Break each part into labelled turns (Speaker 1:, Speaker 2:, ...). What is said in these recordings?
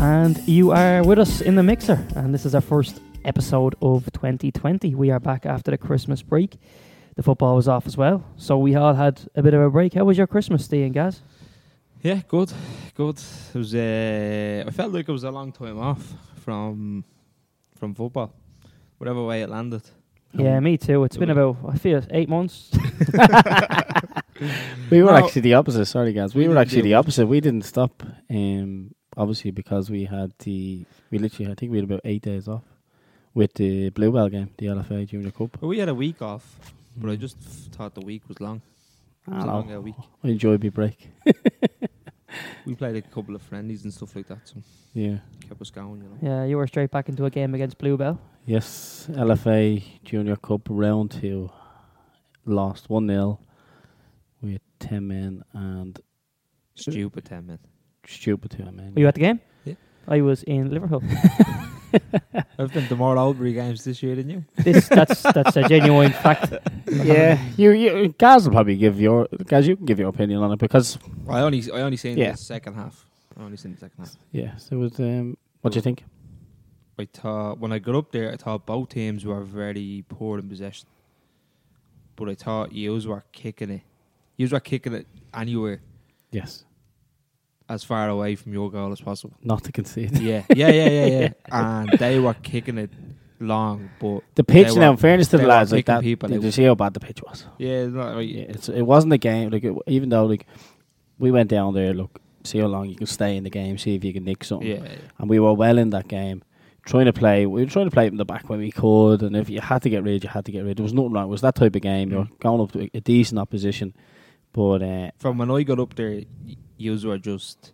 Speaker 1: and you are with us in the mixer. And this is our first episode of 2020. We are back after the Christmas break. The football was off as well, so we all had a bit of a break. How was your Christmas, Steve and Gaz?
Speaker 2: Yeah, good, good. It was. Uh, I felt like it was a long time off from from football, whatever way it landed. Um,
Speaker 1: Yeah, me too. It's been about I feel eight months.
Speaker 3: We were
Speaker 2: No.
Speaker 3: actually the opposite. Sorry, guys. We,
Speaker 2: We
Speaker 3: were
Speaker 2: didn't
Speaker 3: actually
Speaker 2: do
Speaker 3: the
Speaker 2: it.
Speaker 3: opposite. We didn't stop. Um, obviously because we had the we literally I think we had about eight days off with the Bluebell game, the LFA Junior Cup.
Speaker 2: But we had a week off, but I just f- thought the week was long. It was a
Speaker 3: Hello.
Speaker 2: long uh, week.
Speaker 3: I enjoyed my break.
Speaker 2: We played a couple of friendlies and stuff like that, so
Speaker 3: Yeah.
Speaker 2: kept us going. You know.
Speaker 1: yeah, you were straight back into a game against Bluebell.
Speaker 3: Yes, LFA Junior Cup round two, lost one 0 with ten men and
Speaker 2: Stupid ten men.
Speaker 3: stupid two men.
Speaker 1: Were you at the game?
Speaker 2: Yeah.
Speaker 1: I was in Liverpool.
Speaker 2: I've been to more Albury games this year than you.
Speaker 1: this that's that's a genuine fact.
Speaker 3: yeah, you, you guys will probably give your guys. You can give your opinion on it because
Speaker 2: I only, I only seen
Speaker 3: Yeah.
Speaker 2: the second half. I only seen the second half.
Speaker 3: yes, it was. Um, what do you think?
Speaker 2: I thought when I got up there, I thought both teams were very poor in possession, but I thought yous were kicking it. Yous were kicking it anywhere
Speaker 3: Yes,
Speaker 2: as far away from your goal as possible.
Speaker 3: not to concede.
Speaker 2: yeah, yeah, yeah, yeah, yeah. and they were kicking it long, but
Speaker 3: The pitch
Speaker 2: They
Speaker 3: now, in
Speaker 2: were-
Speaker 3: fairness to
Speaker 2: they
Speaker 3: the
Speaker 2: were
Speaker 3: lads, like
Speaker 2: kicking
Speaker 3: that,
Speaker 2: people
Speaker 3: did
Speaker 2: out.
Speaker 3: you see how bad the pitch was?
Speaker 2: yeah, it's not, like, yeah.
Speaker 3: It's, it wasn't a game. Like it, even though like we went down there, look, see how long you can stay in the game, see if you can nick something.
Speaker 2: yeah.
Speaker 3: and we were well in that game, trying to play. We were trying to play from the back when we could, and if you had to get rid, you had to get rid. There was nothing wrong. It was that type of game.
Speaker 2: Mm.
Speaker 3: You're going up to a decent opposition, but uh,
Speaker 2: From when I got up there, y- yous were just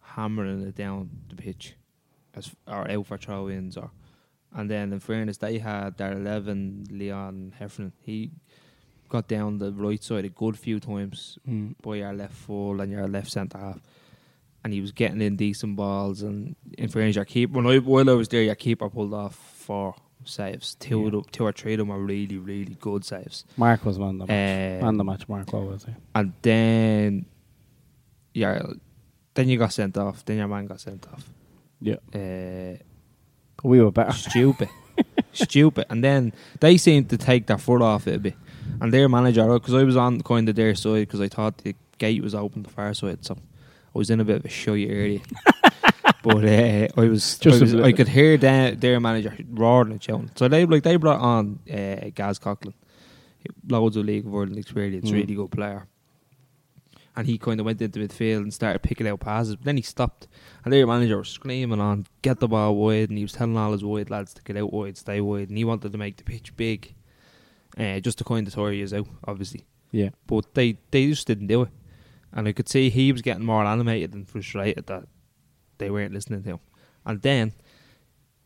Speaker 2: hammering it down the pitch, as or out for throw ins, or and then in fairness, they had their eleven Leon Heffernan. He got down the right side a good few times by your left full and your left centre half. And he was getting in decent balls and in fairness your keeper when I while I was there your keeper pulled off four saves. Two of
Speaker 3: Yeah.
Speaker 2: them, two or three of them were really, really good saves.
Speaker 3: Mark was man the match.
Speaker 2: Um,
Speaker 3: man the match. Mark what was it?
Speaker 2: and then yeah then you got sent off, then your man got sent off.
Speaker 3: Yeah,
Speaker 2: Uh,
Speaker 3: we were better.
Speaker 2: stupid. stupid. And then they seemed to take their foot off it a bit. And their manager, because I was on kind of their side, because I thought the gate was open the far side, so I was in a bit of a shy area. but uh, I was,
Speaker 3: Just
Speaker 2: I,
Speaker 3: a
Speaker 2: was
Speaker 3: bit.
Speaker 2: I could hear their, their manager roaring and shouting. So they like they brought on uh, Gaz Coughlin, loads of League of Ireland experience,
Speaker 3: Mm.
Speaker 2: really good player. And he kind of went into midfield and started picking out passes, but then he stopped. And their manager was screaming on, get the ball wide, and he was telling all his wide lads to get out wide, stay wide, and he wanted to make the pitch big, uh, just to kind of tire us out, obviously.
Speaker 3: Yeah,
Speaker 2: But they, they just didn't do it. And I could see he was getting more animated and frustrated that they weren't listening to him. And then,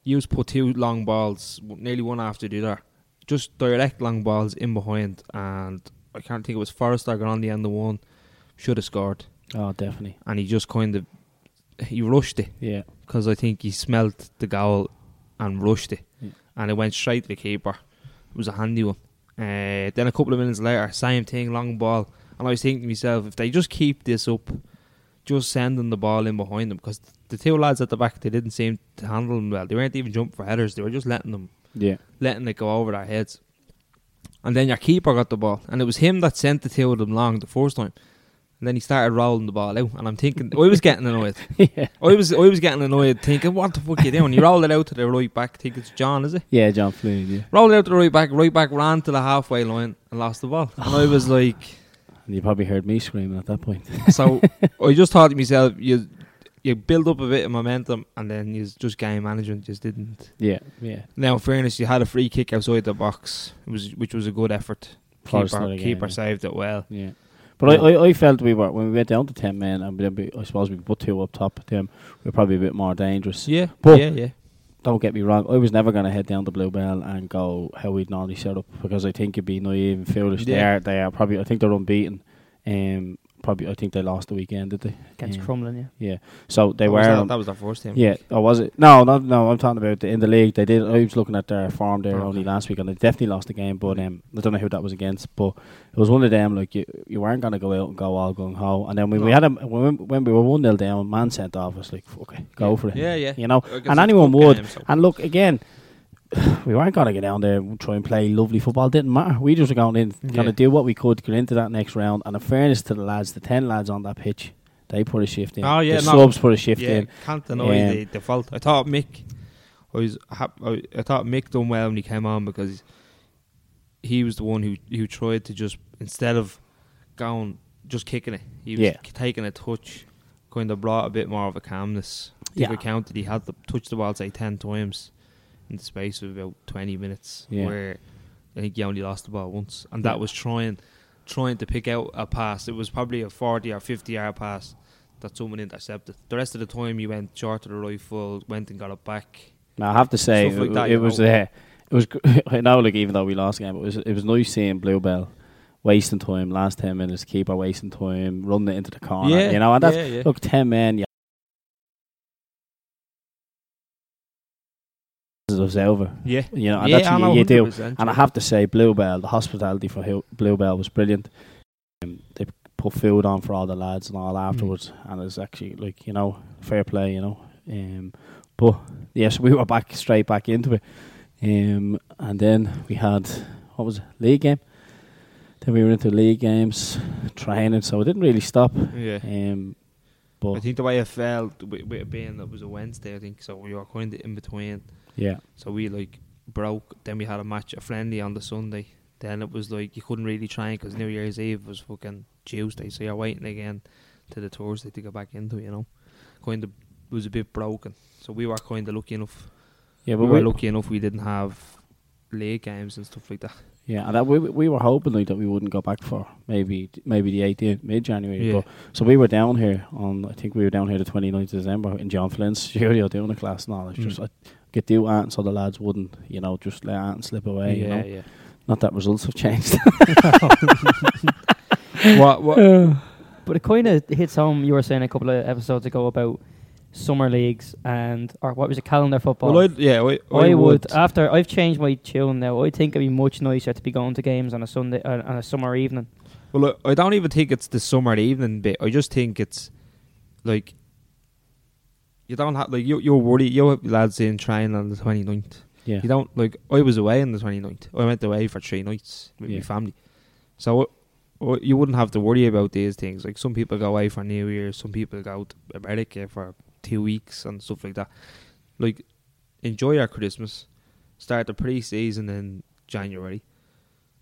Speaker 2: you just put two long balls, nearly one after the other, just direct long balls in behind, and I can't think it was Forrester got on the end of one, should have scored,
Speaker 3: oh definitely.
Speaker 2: and he just kind of, he rushed it
Speaker 3: Yeah,
Speaker 2: because I think he smelt the goal and rushed it,
Speaker 3: Yeah.
Speaker 2: and it went straight to the keeper. It was a handy one. Uh, then a couple of minutes later, same thing, long ball, and I was thinking to myself, if they just keep this up, just sending the ball in behind them, because the two lads at the back they didn't seem to handle them well. They weren't even jumping for headers; they were just letting them
Speaker 3: yeah.
Speaker 2: letting it go over their heads. And then your keeper got the ball, and it was him that sent the two of them long the first time. And then he started rolling the ball out, and I'm thinking, I was getting annoyed.
Speaker 3: yeah,
Speaker 2: I was I was getting annoyed thinking, what the fuck are you doing? You rolled it out to the right back, think it's John, is it?
Speaker 3: yeah. John Flynn. Yeah,
Speaker 2: Rolled it out to the right back, right back ran to the halfway line and lost the ball. And I was like
Speaker 3: and you probably heard me screaming at that point.
Speaker 2: so I just thought to myself, you you build up a bit of momentum and then you just game management just didn't.
Speaker 3: yeah, yeah.
Speaker 2: Now in fairness you had a free kick outside the box, it was which was a good effort.
Speaker 3: Forrester
Speaker 2: Keeper,
Speaker 3: again,
Speaker 2: keeper
Speaker 3: yeah.
Speaker 2: saved it well.
Speaker 3: Yeah. But I, I, I felt we were when we went down to ten men and then we, I suppose we put two up top. Them we were probably a bit more dangerous.
Speaker 2: Yeah,
Speaker 3: But-
Speaker 2: yeah, yeah.
Speaker 3: Don't get me wrong. I was never going to head down to Bluebell and go how we'd normally set up because I think it'd be naive and foolish. They
Speaker 2: Yeah.
Speaker 3: are. They are probably. I think they're unbeaten. Um, probably I think they lost the weekend, did they?
Speaker 1: Against
Speaker 3: Yeah.
Speaker 1: Crumlin, yeah.
Speaker 3: So they
Speaker 2: That
Speaker 3: were
Speaker 2: was
Speaker 3: on-
Speaker 2: that, that was their first team.
Speaker 3: Yeah, or was it? No, no, no. I'm talking about the, in the league. They did. I was looking at their form there
Speaker 2: Oh,
Speaker 3: only
Speaker 2: okay.
Speaker 3: last week, and they definitely lost the game. But um, I don't know who that was against. But it was one of them. Like you, you weren't gonna go out and go all gung ho. And then when we
Speaker 2: No.
Speaker 3: had a when, we- when we were one 0 down, man sent off. I was like, okay, go
Speaker 2: Yeah.
Speaker 3: for it.
Speaker 2: Yeah, yeah.
Speaker 3: You know,
Speaker 2: Like, it's
Speaker 3: and
Speaker 2: a
Speaker 3: anyone
Speaker 2: good
Speaker 3: would.
Speaker 2: game, so-
Speaker 3: And look again, we weren't gonna get down there and try and play lovely football. Didn't matter. We just were going in, gonna
Speaker 2: Yeah.
Speaker 3: do what we could, get into that next round. And in fairness to the lads, the ten lads on that pitch, they put a shift in.
Speaker 2: Oh, yeah,
Speaker 3: the
Speaker 2: no.
Speaker 3: subs put a shift
Speaker 2: yeah,
Speaker 3: in.
Speaker 2: Can't deny
Speaker 3: Um,
Speaker 2: the, the fault. I thought Mick, I was hap- I, I thought Mick done well when he came on because he was the one who who tried to just instead of going just kicking it, he was
Speaker 3: Yeah.
Speaker 2: k- taking a touch, kind of brought a bit more of a calmness. If
Speaker 3: Yeah.
Speaker 2: I counted, he had to touch the ball say ten times in the space of about twenty minutes.
Speaker 3: Yeah.
Speaker 2: Where I think he only lost the ball once, and that
Speaker 3: Yeah.
Speaker 2: was trying trying to pick out a pass. It was probably a forty or fifty yard pass that someone intercepted. The rest of the time, you went short to the right full, went and got it back.
Speaker 3: Now I have to say,
Speaker 2: Stuff like
Speaker 3: it,
Speaker 2: that,
Speaker 3: it
Speaker 2: you
Speaker 3: was
Speaker 2: know.
Speaker 3: uh, it was. gr- I know, like even though we lost the game, it was it was nice seeing Bluebell wasting time, last ten minutes, keeper wasting time, running it into the corner. Oh, you know, and that's
Speaker 2: yeah, yeah.
Speaker 3: look ten men. Yeah, it was over.
Speaker 2: yeah.
Speaker 3: You know, and
Speaker 2: Yeah,
Speaker 3: that's
Speaker 2: I
Speaker 3: what
Speaker 2: know,
Speaker 3: you, you do.
Speaker 2: 100%,
Speaker 3: And I
Speaker 2: yeah.
Speaker 3: have to say, Bluebell, the hospitality for Hill- Bluebell was brilliant. Um, they put food on for all the lads and
Speaker 2: Mm.
Speaker 3: all afterwards, and it's actually like you know, fair play, you know. Um, but yes, we were back straight back into it, um, and then we had what was it, league game. Then we were into league games, training, so it didn't really stop.
Speaker 2: yeah.
Speaker 3: Um,
Speaker 2: I
Speaker 3: but
Speaker 2: think the way I felt with, with it being that was a Wednesday, I think so. We were kind of in between,
Speaker 3: yeah,
Speaker 2: so we like broke. Then we had a match, a friendly on the Sunday. Then it was like you couldn't really train because New Year's Eve was fucking Tuesday, so you're waiting again to the Thursday to get back into it. You know, kind of was a bit broken. So we were kind of lucky enough.
Speaker 3: yeah,
Speaker 2: we were lucky enough we didn't have league games and stuff like that.
Speaker 3: Yeah, and that we we were hoping like that we wouldn't go back for maybe maybe the eighteenth mid January.
Speaker 2: Yeah.
Speaker 3: But so we were down here on I think we were down here the 29th of December in John Flynn's studio doing a class and all. It's
Speaker 2: Mm.
Speaker 3: just I get do Ant so the lads wouldn't you know just let Ant slip away. You know,
Speaker 2: yeah.
Speaker 3: not that results have changed.
Speaker 2: what what
Speaker 1: But it kind of hits home. You were saying a couple of episodes ago about summer leagues and or what was it, calendar football?
Speaker 2: well, I'd, yeah, I,
Speaker 1: I, would, after I've changed my tune now. I think it'd be much nicer to be going to games on a Sunday uh, on a summer evening.
Speaker 2: Well, I I don't even think it's the summer evening bit. I just think it's like you don't have like you you're worried. You have lads in training on the 29th.
Speaker 3: yeah,
Speaker 2: You don't like. I was away on the 29th. I went away for three nights with
Speaker 3: Yeah.
Speaker 2: my family, so uh, you wouldn't have to worry about these things. Like some people go away for New Year, some people go to America for two weeks and stuff like that. Like enjoy your Christmas, start the pre-season in January,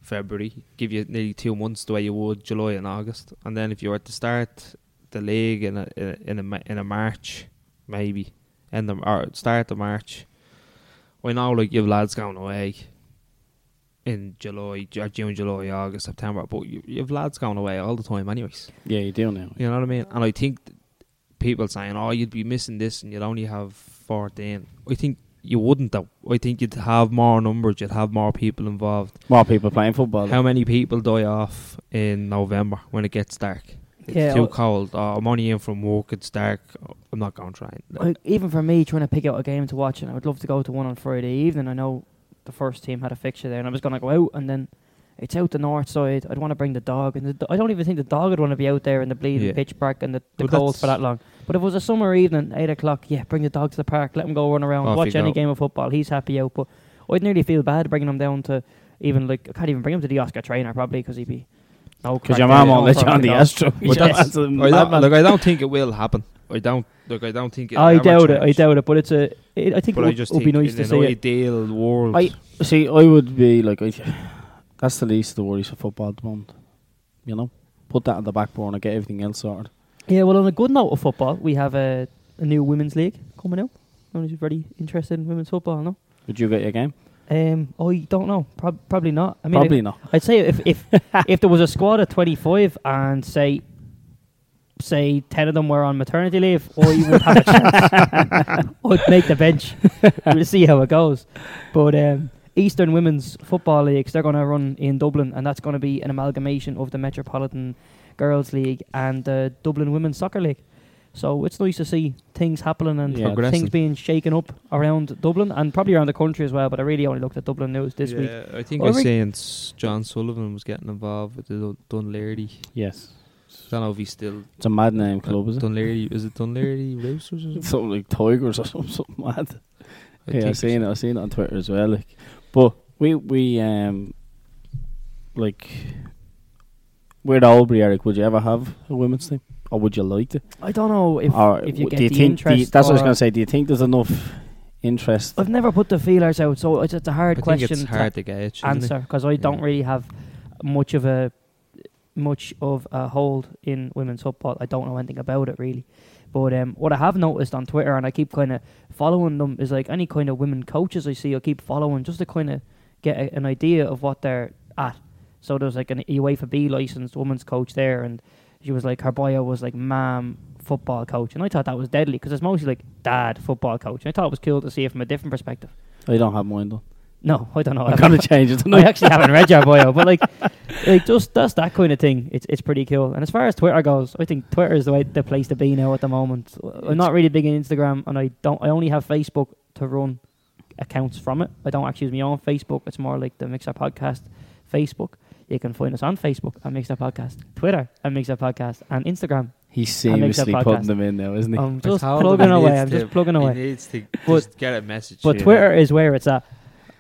Speaker 2: February, give you nearly two months the way you would July and August, and then if you were to start the league in a in a ma- in a March, maybe end the or start of March. We know like you've lads going away in July, Ju- June, July, August, September, but you, you've lads going away all the time, anyways.
Speaker 3: yeah, you do now.
Speaker 2: You know what I mean? And I think th- people saying, "Oh, you'd be missing this, and you'd only have 14. I think you wouldn't though. I think you'd have more numbers, you'd have more people involved.
Speaker 3: More people playing football.
Speaker 2: How many people die off in November when it gets dark? It's
Speaker 1: Yeah,
Speaker 2: too
Speaker 1: I-
Speaker 2: cold. Oh, I'm only in from work. It's dark. Oh, I'm not going trying.
Speaker 1: Like, even for me, trying to pick out a game to watch, and I would love to go to one on Friday evening. I know the first team had a fixture there, and I was going to go out, and then it's out the north side. I'd want to bring the dog, and the, do- I don't even think the dog would want to be out there in the bleeding
Speaker 2: Yeah.
Speaker 1: pitch black and the, the
Speaker 2: Well,
Speaker 1: cold for
Speaker 2: that's-
Speaker 1: that long. But if it was a summer evening, eight o'clock, yeah, bring the dog to the park, let him go run around,
Speaker 2: Off
Speaker 1: watch
Speaker 2: you
Speaker 1: any
Speaker 2: go.
Speaker 1: game of football. He's happy out, but I'd nearly feel bad bringing him down to even like I can't even bring him to the Oscar trainer probably because he'd be no
Speaker 3: Because
Speaker 1: crack
Speaker 3: your
Speaker 1: there,
Speaker 3: mom
Speaker 1: no
Speaker 3: won't let you
Speaker 1: problem
Speaker 3: on
Speaker 1: to
Speaker 3: the
Speaker 1: go.
Speaker 3: Astro.
Speaker 1: Yes.
Speaker 3: That's a
Speaker 2: I don't,
Speaker 3: madman.
Speaker 2: look, I don't think it will happen. I don't. Look, I don't think. It
Speaker 1: I
Speaker 2: ever
Speaker 1: doubt it. I
Speaker 2: changed.
Speaker 1: doubt it. But it's a. It, I think
Speaker 2: But
Speaker 1: it
Speaker 2: I
Speaker 1: would,
Speaker 2: just
Speaker 1: would
Speaker 2: think
Speaker 1: be nice
Speaker 2: in
Speaker 1: to
Speaker 2: an
Speaker 1: see it.
Speaker 2: ideal world.
Speaker 3: I- See, I would be like, I, that's the least of the worries of football at the moment. You know, put that on the back burner, get everything else sorted.
Speaker 1: Yeah, well, on a good note of football, we have a, a new women's league coming out. I'm just very interested in women's football, no?
Speaker 3: Would you get your game?
Speaker 1: Um, I don't know. Prob- probably not. I mean,
Speaker 3: Probably
Speaker 1: I,
Speaker 3: not.
Speaker 1: I'd say if if, if there was a squad of 25 and say say 10 of them were on maternity leave, I would have a chance. I'd make the bench. We'll see how it goes. But um, Eastern Women's Football Leagues, they're going to run in Dublin, and that's going to be an amalgamation of the Metropolitan Girls League and the Dublin Women's Soccer League. So it's nice to see things happening and
Speaker 3: Yeah.
Speaker 2: Progressing.
Speaker 1: things being shaken up around Dublin and probably around the country as well. But I really only looked at Dublin news this week.
Speaker 2: Yeah, I think
Speaker 1: Or
Speaker 2: I was
Speaker 1: we-
Speaker 2: saying S- John Sullivan was getting involved with the Dun- Dunleary.
Speaker 3: Yes.
Speaker 2: I don't know if he's still
Speaker 3: It's a mad name
Speaker 2: at
Speaker 3: club, is it?
Speaker 2: Dunleary. Is it Dunleary Roosters or something?
Speaker 3: Something like Tigers or something, something mad.
Speaker 2: I
Speaker 3: yeah, I
Speaker 2: think
Speaker 3: seen it. I seen it on Twitter as well. Like, but we we um like with Albury, Eric, would you ever have a women's team, or would you like to?
Speaker 1: I don't know if
Speaker 3: or
Speaker 1: if you
Speaker 3: w-
Speaker 1: get
Speaker 3: do you
Speaker 1: the
Speaker 3: think do you-
Speaker 1: interest.
Speaker 3: that's what I was
Speaker 1: or-
Speaker 3: gonna say. Do you think there's enough interest?
Speaker 1: I've never put the feelers out, so it's, it's a
Speaker 2: I
Speaker 1: hard
Speaker 2: think
Speaker 1: question
Speaker 2: it's hard to gauge.
Speaker 1: to
Speaker 2: isn't it?
Speaker 1: answer because I don't
Speaker 2: Yeah.
Speaker 1: really have much of a much of a hold in women's football. I don't know anything about it really. But um, what I have noticed on Twitter, and I keep kind of following them, is like any kind of women coaches I see, I keep following just to kind of get a, an idea of what they're at. So there's like an UEFA B licensed women's coach there, and she was like her bio was like "ma'am football coach," and I thought that was deadly because it's mostly like "dad football coach." And I thought it was cool to see it from a different perspective.
Speaker 3: I don't have mine done.
Speaker 1: No, I don't know.
Speaker 3: I'm gonna change it.
Speaker 1: No, I actually haven't read your bio, but like, like just that's that kind of thing. It's it's pretty cool. And as far as Twitter goes, I think Twitter is the way the place to be now at the moment. I'm not really big in Instagram, and I don't. I only have Facebook to run accounts from it. I don't actually use my own Facebook. It's more like the Mixer Podcast Facebook. You can find us on Facebook at Mixer Podcast, Twitter at Mixer Podcast, and Instagram.
Speaker 3: He's
Speaker 1: That makes a
Speaker 3: seamlessly
Speaker 1: podcast.
Speaker 3: putting them in now, isn't he?
Speaker 1: I'm
Speaker 2: I
Speaker 1: just
Speaker 2: told
Speaker 1: plugging
Speaker 2: him he
Speaker 1: away.
Speaker 2: needs
Speaker 1: I'm
Speaker 2: to-
Speaker 1: just plugging away.
Speaker 2: He needs to
Speaker 1: But-
Speaker 2: just get a message.
Speaker 1: But
Speaker 2: yeah.
Speaker 1: Twitter is where it's at.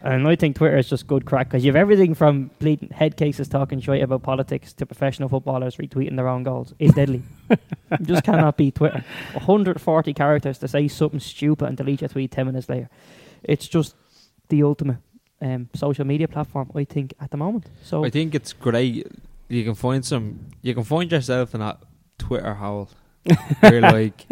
Speaker 1: And I think Twitter is just good crack because you have everything from bleeding head cases talking shit about politics to professional footballers retweeting their own goals. It's deadly. You just cannot beat Twitter. 140 characters to say something stupid and delete your tweet 10 minutes later. It's just the ultimate um, social media platform, I think, at the moment. So,
Speaker 2: I think it's great. You can find some. You can find yourself in a Twitter hole. where like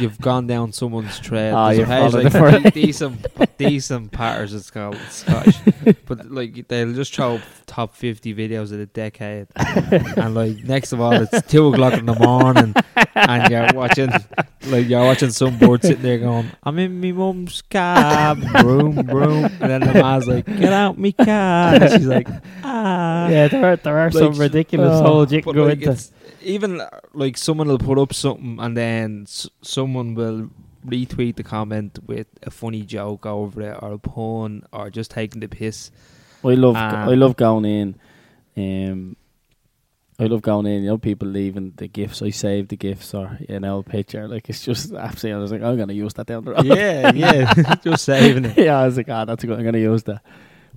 Speaker 2: you've gone down someone's thread.
Speaker 3: Ah,
Speaker 2: There's a
Speaker 3: you're
Speaker 2: page,
Speaker 3: following
Speaker 2: like,
Speaker 3: the thread.
Speaker 2: de- decent, decent patters. It's called in Scottish, but like they'll just show top fifty videos of the decade, and like next of all, it's two o'clock in the morning, and you're watching like you're watching some bird sitting there going, "I'm in my mum's cab, broom, broom," and then the man's like, "Get out me car," and she's like, "Ah."
Speaker 1: yeah, there are, there are some
Speaker 2: Like, uh,
Speaker 1: ridiculous
Speaker 3: oh,
Speaker 1: holes you can
Speaker 2: But
Speaker 1: go
Speaker 2: like
Speaker 1: into.
Speaker 2: it's, even uh, like someone will put up something and then s- someone will retweet the comment with a funny joke over it or a pun or just taking the piss.
Speaker 3: I love
Speaker 2: Um,
Speaker 3: I love going in. Um, I love going in. You know, people leaving the gifts. I save the gifts or you know picture. Like it's just absolutely. I was like, I'm gonna use that down the road.
Speaker 2: yeah, yeah, just saving it.
Speaker 3: yeah, I was like, ah, that's good. I'm gonna use that.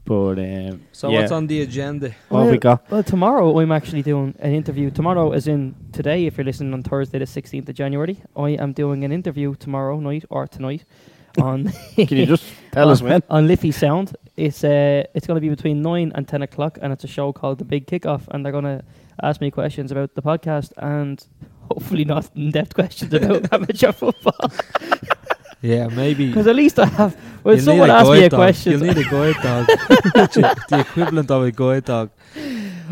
Speaker 3: But um,
Speaker 2: So
Speaker 3: yeah.
Speaker 2: what's on the agenda?
Speaker 3: What have we got?
Speaker 1: Well, tomorrow I'm actually doing an interview. Tomorrow, as in today, if you're listening on Thursday, the 16th of January, I am doing an interview tomorrow night or tonight on
Speaker 3: Can you just tell us when?
Speaker 1: on Liffey Sound. It's uh, it's going to be between nine and ten o'clock, and it's a show called The Big Kickoff, and they're going to ask me questions about the podcast and hopefully not in-depth questions about amateur football.
Speaker 2: Yeah, maybe.
Speaker 1: Because at least I have when
Speaker 2: you'll
Speaker 1: someone
Speaker 2: need a
Speaker 1: asks me
Speaker 2: guide
Speaker 1: a
Speaker 2: dog.
Speaker 1: question,
Speaker 2: You'll need a guide dog. the equivalent of a guide dog.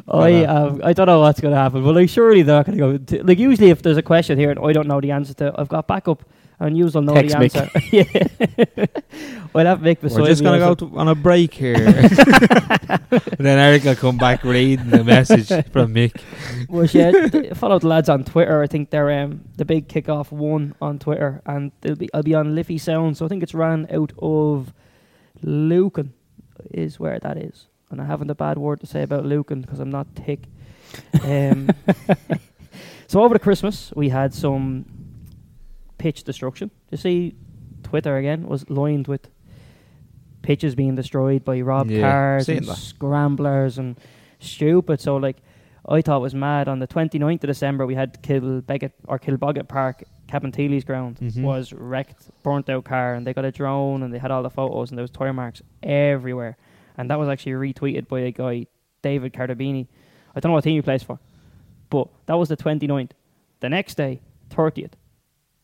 Speaker 1: I
Speaker 2: Well, uh,
Speaker 1: um, I don't know what's going to happen, but like surely they're not going to go. To, like usually, if there's a question here and I don't know the answer to, it, I've got backup, and you will know
Speaker 3: Text
Speaker 1: the
Speaker 3: Mick.
Speaker 1: answer. yeah, well, have Mick beside
Speaker 2: We're just
Speaker 1: me
Speaker 2: gonna go
Speaker 1: also.
Speaker 2: to, on a break here. and then Eric will come back reading the message from Mick.
Speaker 1: Well, yeah, th- follow the lads on Twitter. I think they're um, the big kickoff one on Twitter, and they'll be I'll be on Liffey Sound. So I think it's ran out of Lucan, is where that is, and I haven't a bad word to say about Lucan because I'm not thick. Um, so over the Christmas we had some pitch destruction. You see, Twitter again was lined with pitches being destroyed by rob
Speaker 2: Yeah,
Speaker 1: cars
Speaker 2: seen
Speaker 1: and
Speaker 2: that.
Speaker 1: scramblers and stupid. So like I thought it was mad. On the 29th of December, we had Kilbeggett or Kilboggett Park, Cabinteely's ground,
Speaker 2: Mhm.
Speaker 1: was wrecked, burnt out car, and they got a drone and they had all the photos and there was tire marks everywhere. And that was actually retweeted by a guy, David Cardabini. I don't know what team he plays for, but that was the 29th. The next day, 30th,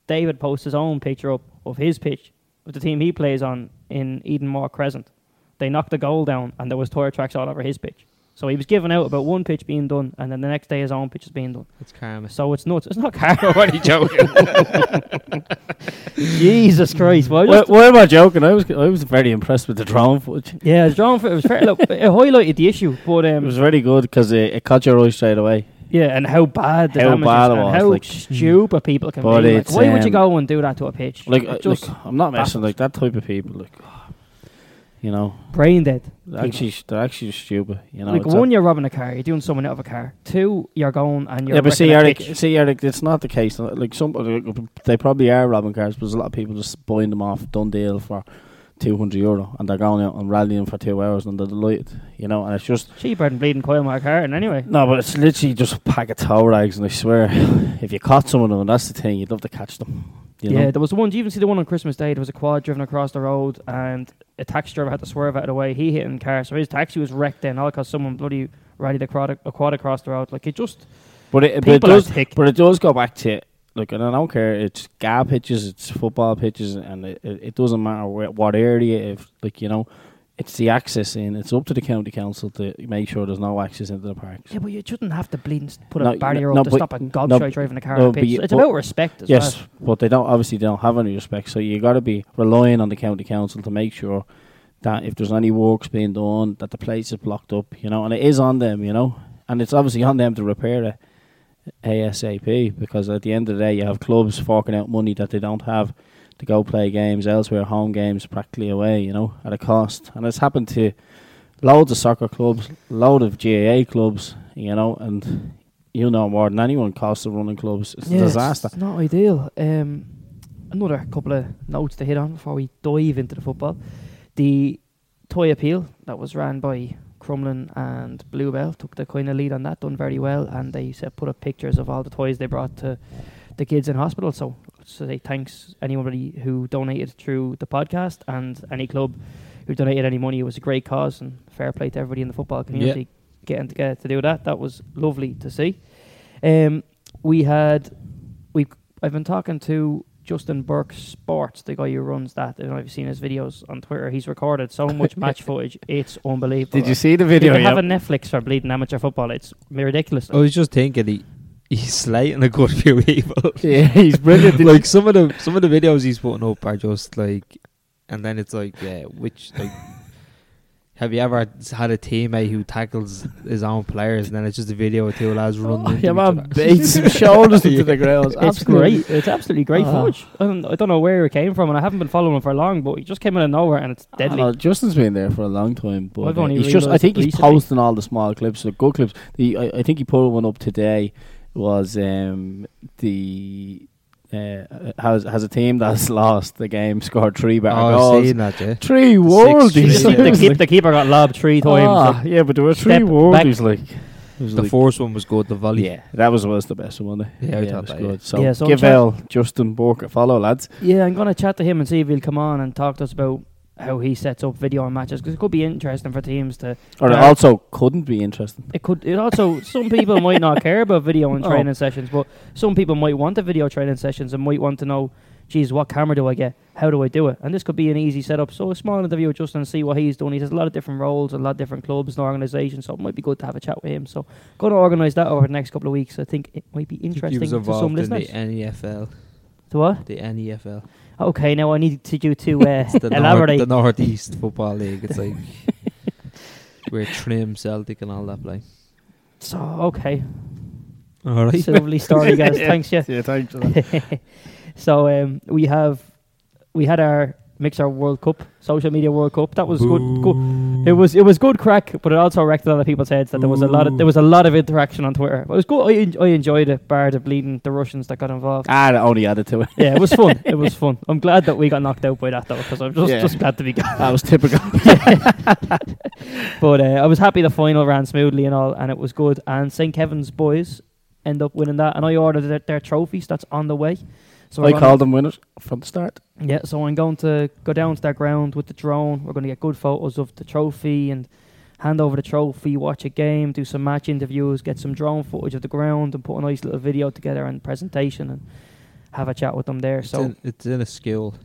Speaker 1: David posts his own picture up of his pitch of the team he plays on in Edenmore Crescent. They knocked the goal down and there was tire tracks all over his pitch. So he was giving out about one pitch being done and then the next day his own pitch is being done.
Speaker 2: It's karma.
Speaker 1: So it's nuts. It's not car.
Speaker 2: What are you joking?
Speaker 1: Jesus Christ. Well,
Speaker 3: Why,
Speaker 1: just,
Speaker 3: why am I joking? I was I was very impressed with the drone footage.
Speaker 1: yeah, it was drawn for, it was fair. Look, it highlighted the issue, but
Speaker 3: It
Speaker 1: um,
Speaker 3: was very good because it, it caught your eye straight away.
Speaker 1: Yeah, and how bad the
Speaker 3: How
Speaker 1: damage
Speaker 3: bad
Speaker 1: is
Speaker 3: it
Speaker 1: and
Speaker 3: was,
Speaker 1: how
Speaker 3: like- hmm.
Speaker 1: stupid people can
Speaker 3: But
Speaker 1: be. Like,
Speaker 3: it's,
Speaker 1: why would you
Speaker 3: um,
Speaker 1: go and do that to a pitch?
Speaker 3: Like,
Speaker 1: It
Speaker 3: uh,
Speaker 1: just
Speaker 3: look, I'm not messing.
Speaker 1: baffles.
Speaker 3: Like that type of people, like, you know,
Speaker 1: brain dead.
Speaker 3: they're actually, they're actually stupid. You know,
Speaker 1: like
Speaker 3: it's
Speaker 1: one,
Speaker 3: a-
Speaker 1: you're robbing a car, you're doing someone out of a car. Two, you're going and you're
Speaker 3: yeah, but
Speaker 1: wrecking
Speaker 3: see,
Speaker 1: a
Speaker 3: Eric,
Speaker 1: pitch.
Speaker 3: see, Eric, it's not the case. Like some, like, they probably are robbing cars, but there's a lot of people just buying them off done deal for two hundred euro, and they're going out and rallying for two hours, and they're delighted, you know. And it's just
Speaker 1: cheaper than bleeding coil my car. And anyway,
Speaker 3: no, but it's literally just a pack of tow rags, and I swear, if you caught someone on, that's the thing. You'd love to catch them. You
Speaker 1: yeah,
Speaker 3: know?
Speaker 1: there was the one. Do you even see the one on Christmas Day? There was a quad driven across the road, and a taxi driver had to swerve out of the way. He hit in the car, so his taxi was wrecked. Then all because someone bloody rallied a quad, a quad across the road. Like it just
Speaker 3: But it, but it
Speaker 1: people are
Speaker 3: does,
Speaker 1: thick.
Speaker 3: but it does go back to look, and I don't care. It's gab pitches, it's football pitches, and it, it, it doesn't matter where, what area. If like you know, it's the access in. It's up to the county council to make sure there's no access into the parks.
Speaker 1: Yeah, but you shouldn't have to bleed and s- put
Speaker 3: No,
Speaker 1: a
Speaker 3: no,
Speaker 1: barrier
Speaker 3: no,
Speaker 1: up to
Speaker 3: but-
Speaker 1: stop a gobshite
Speaker 3: no,
Speaker 1: driving a car
Speaker 3: no,
Speaker 1: on a
Speaker 3: but
Speaker 1: pitch.
Speaker 3: you-
Speaker 1: It's
Speaker 3: but-
Speaker 1: about respect as
Speaker 3: yes,
Speaker 1: well.
Speaker 3: but they don't obviously they don't have any respect. So you got to be relying on the county council to make sure that if there's any works being done, that the place is blocked up. You know, and it is on them. You know, and it's obviously on them to repair it asap because at the end of the day, you have clubs forking out money that they don't have to go play games elsewhere, home games practically away. You know, at a cost, and it's happened to loads of soccer clubs, load of GAA clubs. You know, and. You know more than anyone. Costs of running clubs. It's
Speaker 1: Yeah,
Speaker 3: a
Speaker 1: it's-
Speaker 3: disaster.
Speaker 1: It's not ideal. Um, another couple of notes to hit on before we dive into the football. The toy appeal that was ran by Crumlin and Bluebell took the kind of lead on that, done very well, and they said put up pictures of all the toys they brought to the kids in hospital. So, so they thanks anybody who donated through the podcast and any club who donated any money. It was a great cause and fair play to everybody in the football community getting together to do that. That was lovely to see. Um, we had we I've been talking to Justin Burke Sports, the guy who runs that, and I've seen his videos on Twitter. He's recorded so much match footage; it's unbelievable.
Speaker 3: see the
Speaker 1: They could have a Netflix for bleeding amateur football. It's ridiculous.
Speaker 3: Oh,
Speaker 2: I was just thinking he he's slating a good few people.
Speaker 3: yeah, he's brilliant.
Speaker 2: like some of the some of the videos he's putting up are just like, and then it's like, yeah, which like, have you ever had a teammate who tackles his own players, and then it's just a video of two lads running? into
Speaker 3: Oh, yeah,
Speaker 2: each
Speaker 3: man,
Speaker 2: other?
Speaker 3: beats him shoulders into the ground.
Speaker 1: It's great. It's absolutely great
Speaker 3: Ah.
Speaker 1: footage. I don't, I don't know where it came from, and I haven't been following him for long. But he just came out of nowhere, and it's deadly.
Speaker 3: Know, Justin's been there for a long time, but
Speaker 1: I've
Speaker 3: uh,
Speaker 1: only
Speaker 3: he's just. I
Speaker 1: realised
Speaker 3: think he's
Speaker 1: recently.
Speaker 3: posting all the small clips, the good clips. The I, I think he put one up today. Was um, the uh, has has a team that's lost the game scored three better
Speaker 2: oh, I've
Speaker 3: goals,
Speaker 2: seen that, yeah.
Speaker 3: three worldies.
Speaker 2: three, yeah.
Speaker 1: the, keep, the keeper got lobbed three times.
Speaker 3: Ah, yeah, but there were three
Speaker 1: Step back.
Speaker 3: worldies. Like, it was
Speaker 2: The
Speaker 3: like-
Speaker 2: first one was good, the volley.
Speaker 3: yeah, that was was the best one. wasn't it?
Speaker 2: Yeah, I
Speaker 3: yeah, it
Speaker 2: thought
Speaker 3: was
Speaker 2: that, yeah.
Speaker 3: good. So,
Speaker 1: Yeah, so I'm
Speaker 3: give
Speaker 1: trying-
Speaker 3: L Justin Burke a follow, lads.
Speaker 1: Yeah, I'm going to chat to him and see if he'll come on and talk to us about how he sets up video and matches because it could be interesting for teams to.
Speaker 3: Or it
Speaker 1: Yeah.
Speaker 3: also couldn't be interesting.
Speaker 1: It could. It also some people might not care about video and
Speaker 3: Oh.
Speaker 1: training sessions, but some people might want the video training sessions and might want to know, geez, what camera do I get? How do I do it? And this could be an easy setup. So a small interview with Justin and see what he's doing. He has a lot of different roles, a lot of different clubs and organisations, so it might be good to have a chat with him. So going to organise that over the next couple of weeks. I think it might be
Speaker 2: I think He
Speaker 1: interesting
Speaker 2: was
Speaker 1: to some
Speaker 2: involved in the
Speaker 1: listeners.
Speaker 2: NEFL.
Speaker 1: To what?
Speaker 2: The NEFL.
Speaker 1: Okay, now I need to you to uh,
Speaker 2: It's the,
Speaker 1: elaborate.
Speaker 2: North, the Northeast Football League. It's like we're trim Celtic and all that play.
Speaker 1: so okay,
Speaker 2: All
Speaker 1: It's a lovely story, guys. Thanks, yeah.
Speaker 3: Yeah, thanks.
Speaker 1: so um, we have we had our Mixer World Cup, social media World Cup. That was good. good. It was it was good crack, but it also wrecked a lot of people's heads that there was a lot of there was a lot of interaction on Twitter. But it was good. I, en- I enjoyed it. Bar the bleeding, the Russians that got involved.
Speaker 3: Ah, that only added to it.
Speaker 1: Yeah, it was fun. It was fun. I'm glad that we got knocked out by that though, because I'm just
Speaker 3: Yeah.
Speaker 1: just glad to be gone.
Speaker 3: That was typical.
Speaker 1: But uh, I was happy the final ran smoothly and all, and it was good. And St Kevin's boys end up winning that, and I ordered their, their trophies. That's on the way. So
Speaker 3: I
Speaker 1: we're gonna-
Speaker 3: called them winners from the start.
Speaker 1: Yeah, so I'm going to go down to that ground with the drone. We're going to get good photos of the trophy and hand over the trophy, watch a game, do some match interviews, get some drone footage of the ground, and put a nice little video together and presentation and have a chat with them there.
Speaker 2: It's,
Speaker 1: So
Speaker 2: in, it's in a skill.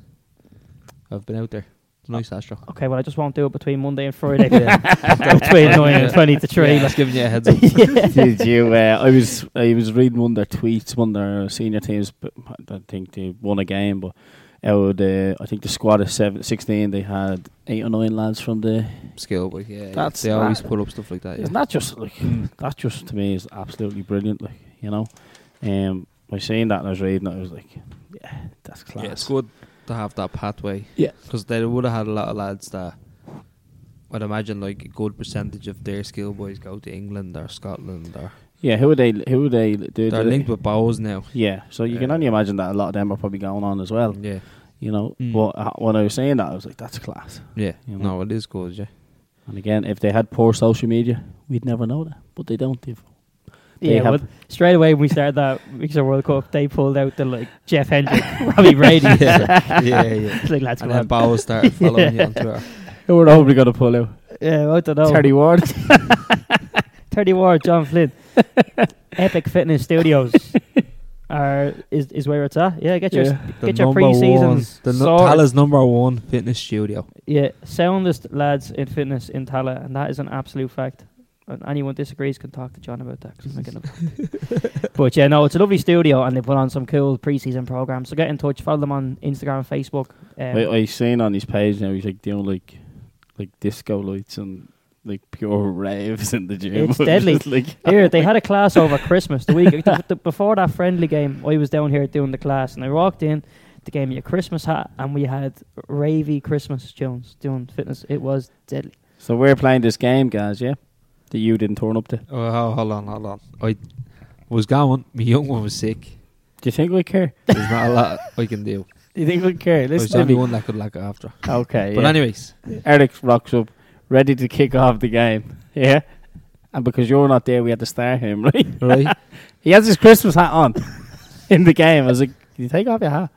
Speaker 2: I've been out there. It's nice, Astro.
Speaker 1: okay, well I just won't do it between Monday and Friday.
Speaker 2: Yeah.
Speaker 1: between nine and twenty to three.
Speaker 2: Yeah, just giving you a heads up.
Speaker 3: Did you? Uh, I was I was reading one of their tweets, one of their senior teams. But I don't think they won a game, but out of the I think the squad of seven, 16, they had eight or nine lads from the.
Speaker 2: Skill, but yeah,
Speaker 3: That's
Speaker 2: they always
Speaker 3: that-
Speaker 2: put up stuff like that. Yeah.
Speaker 3: Isn't that just like that? Just to me is absolutely brilliant. Like you know, um, I seen that and I was reading it. I was like, yeah, that's class.
Speaker 2: Yeah, it's good to have that pathway.
Speaker 3: Yeah.
Speaker 2: because they would have had a lot of lads that. I'd imagine like a good percentage of their skill boys go to England or Scotland or
Speaker 3: Yeah, who would they? Who would they?
Speaker 2: they're
Speaker 3: Do, do they-
Speaker 2: linked with bows now.
Speaker 3: Yeah, so you can
Speaker 2: Uh,
Speaker 3: only imagine that a lot of them are probably going on as well.
Speaker 2: Yeah,
Speaker 3: You know,
Speaker 2: Mm.
Speaker 3: but uh, when I was saying that, I was like, that's class.
Speaker 2: yeah.
Speaker 3: You know.
Speaker 2: No, it is good. Yeah,
Speaker 3: And again, if they had poor social media, we'd never know that. But they don't. They've, They
Speaker 1: yeah,
Speaker 3: have-
Speaker 1: but straight away when we started that Mixer World Cup, they pulled out the like Jeff Hendrick, Robbie Brady.
Speaker 2: yeah, yeah. yeah.
Speaker 1: It's like lads,
Speaker 2: And
Speaker 1: come
Speaker 2: then
Speaker 1: on.
Speaker 2: bows started following you on Twitter.
Speaker 3: who are probably going to pull out?
Speaker 1: yeah, I don't know.
Speaker 3: Terry Ward.
Speaker 1: Teddy Ward, John Flynn, Epic Fitness Studios are is is where it's at. Yeah, get your
Speaker 3: Yeah.
Speaker 1: get your pre-season.
Speaker 2: one, the no-
Speaker 1: sorted.
Speaker 2: Tala's number one fitness studio.
Speaker 1: Yeah, soundest lads in fitness in Tala, and that is an absolute fact. And anyone disagrees can talk to John about that. 'cause I'm making a point. but yeah, no, it's a lovely studio, and they put on some cool preseason programs. So get in touch, follow them on Instagram, Facebook. Um,
Speaker 3: I, I seen on his page now, he's like doing like like disco lights and like pure raves in the gym.
Speaker 1: It's
Speaker 3: Just
Speaker 1: deadly.
Speaker 3: like,
Speaker 1: Here, they had a class over Christmas. The week the, the, before that friendly game, I was down here doing the class, and I walked in. They gave me a Christmas hat, and we had ravey Christmas tunes doing fitness. It was deadly.
Speaker 3: so we're playing this game, guys. Yeah, that you didn't turn up to. Do
Speaker 2: Oh, ho- hold on, hold on. I was going. My young one was sick.
Speaker 3: you think we care?
Speaker 2: There's not a lot I can do.
Speaker 3: Do you think we care?
Speaker 2: I was the only one that could look after.
Speaker 3: Okay.
Speaker 2: But
Speaker 3: yeah.
Speaker 2: anyways,
Speaker 3: Eric rocks up, ready to kick off the game. Yeah. And because you're not there, we had to star him, right?
Speaker 2: right?
Speaker 3: He has his Christmas hat on in the game. I was like, Can you take off your hat?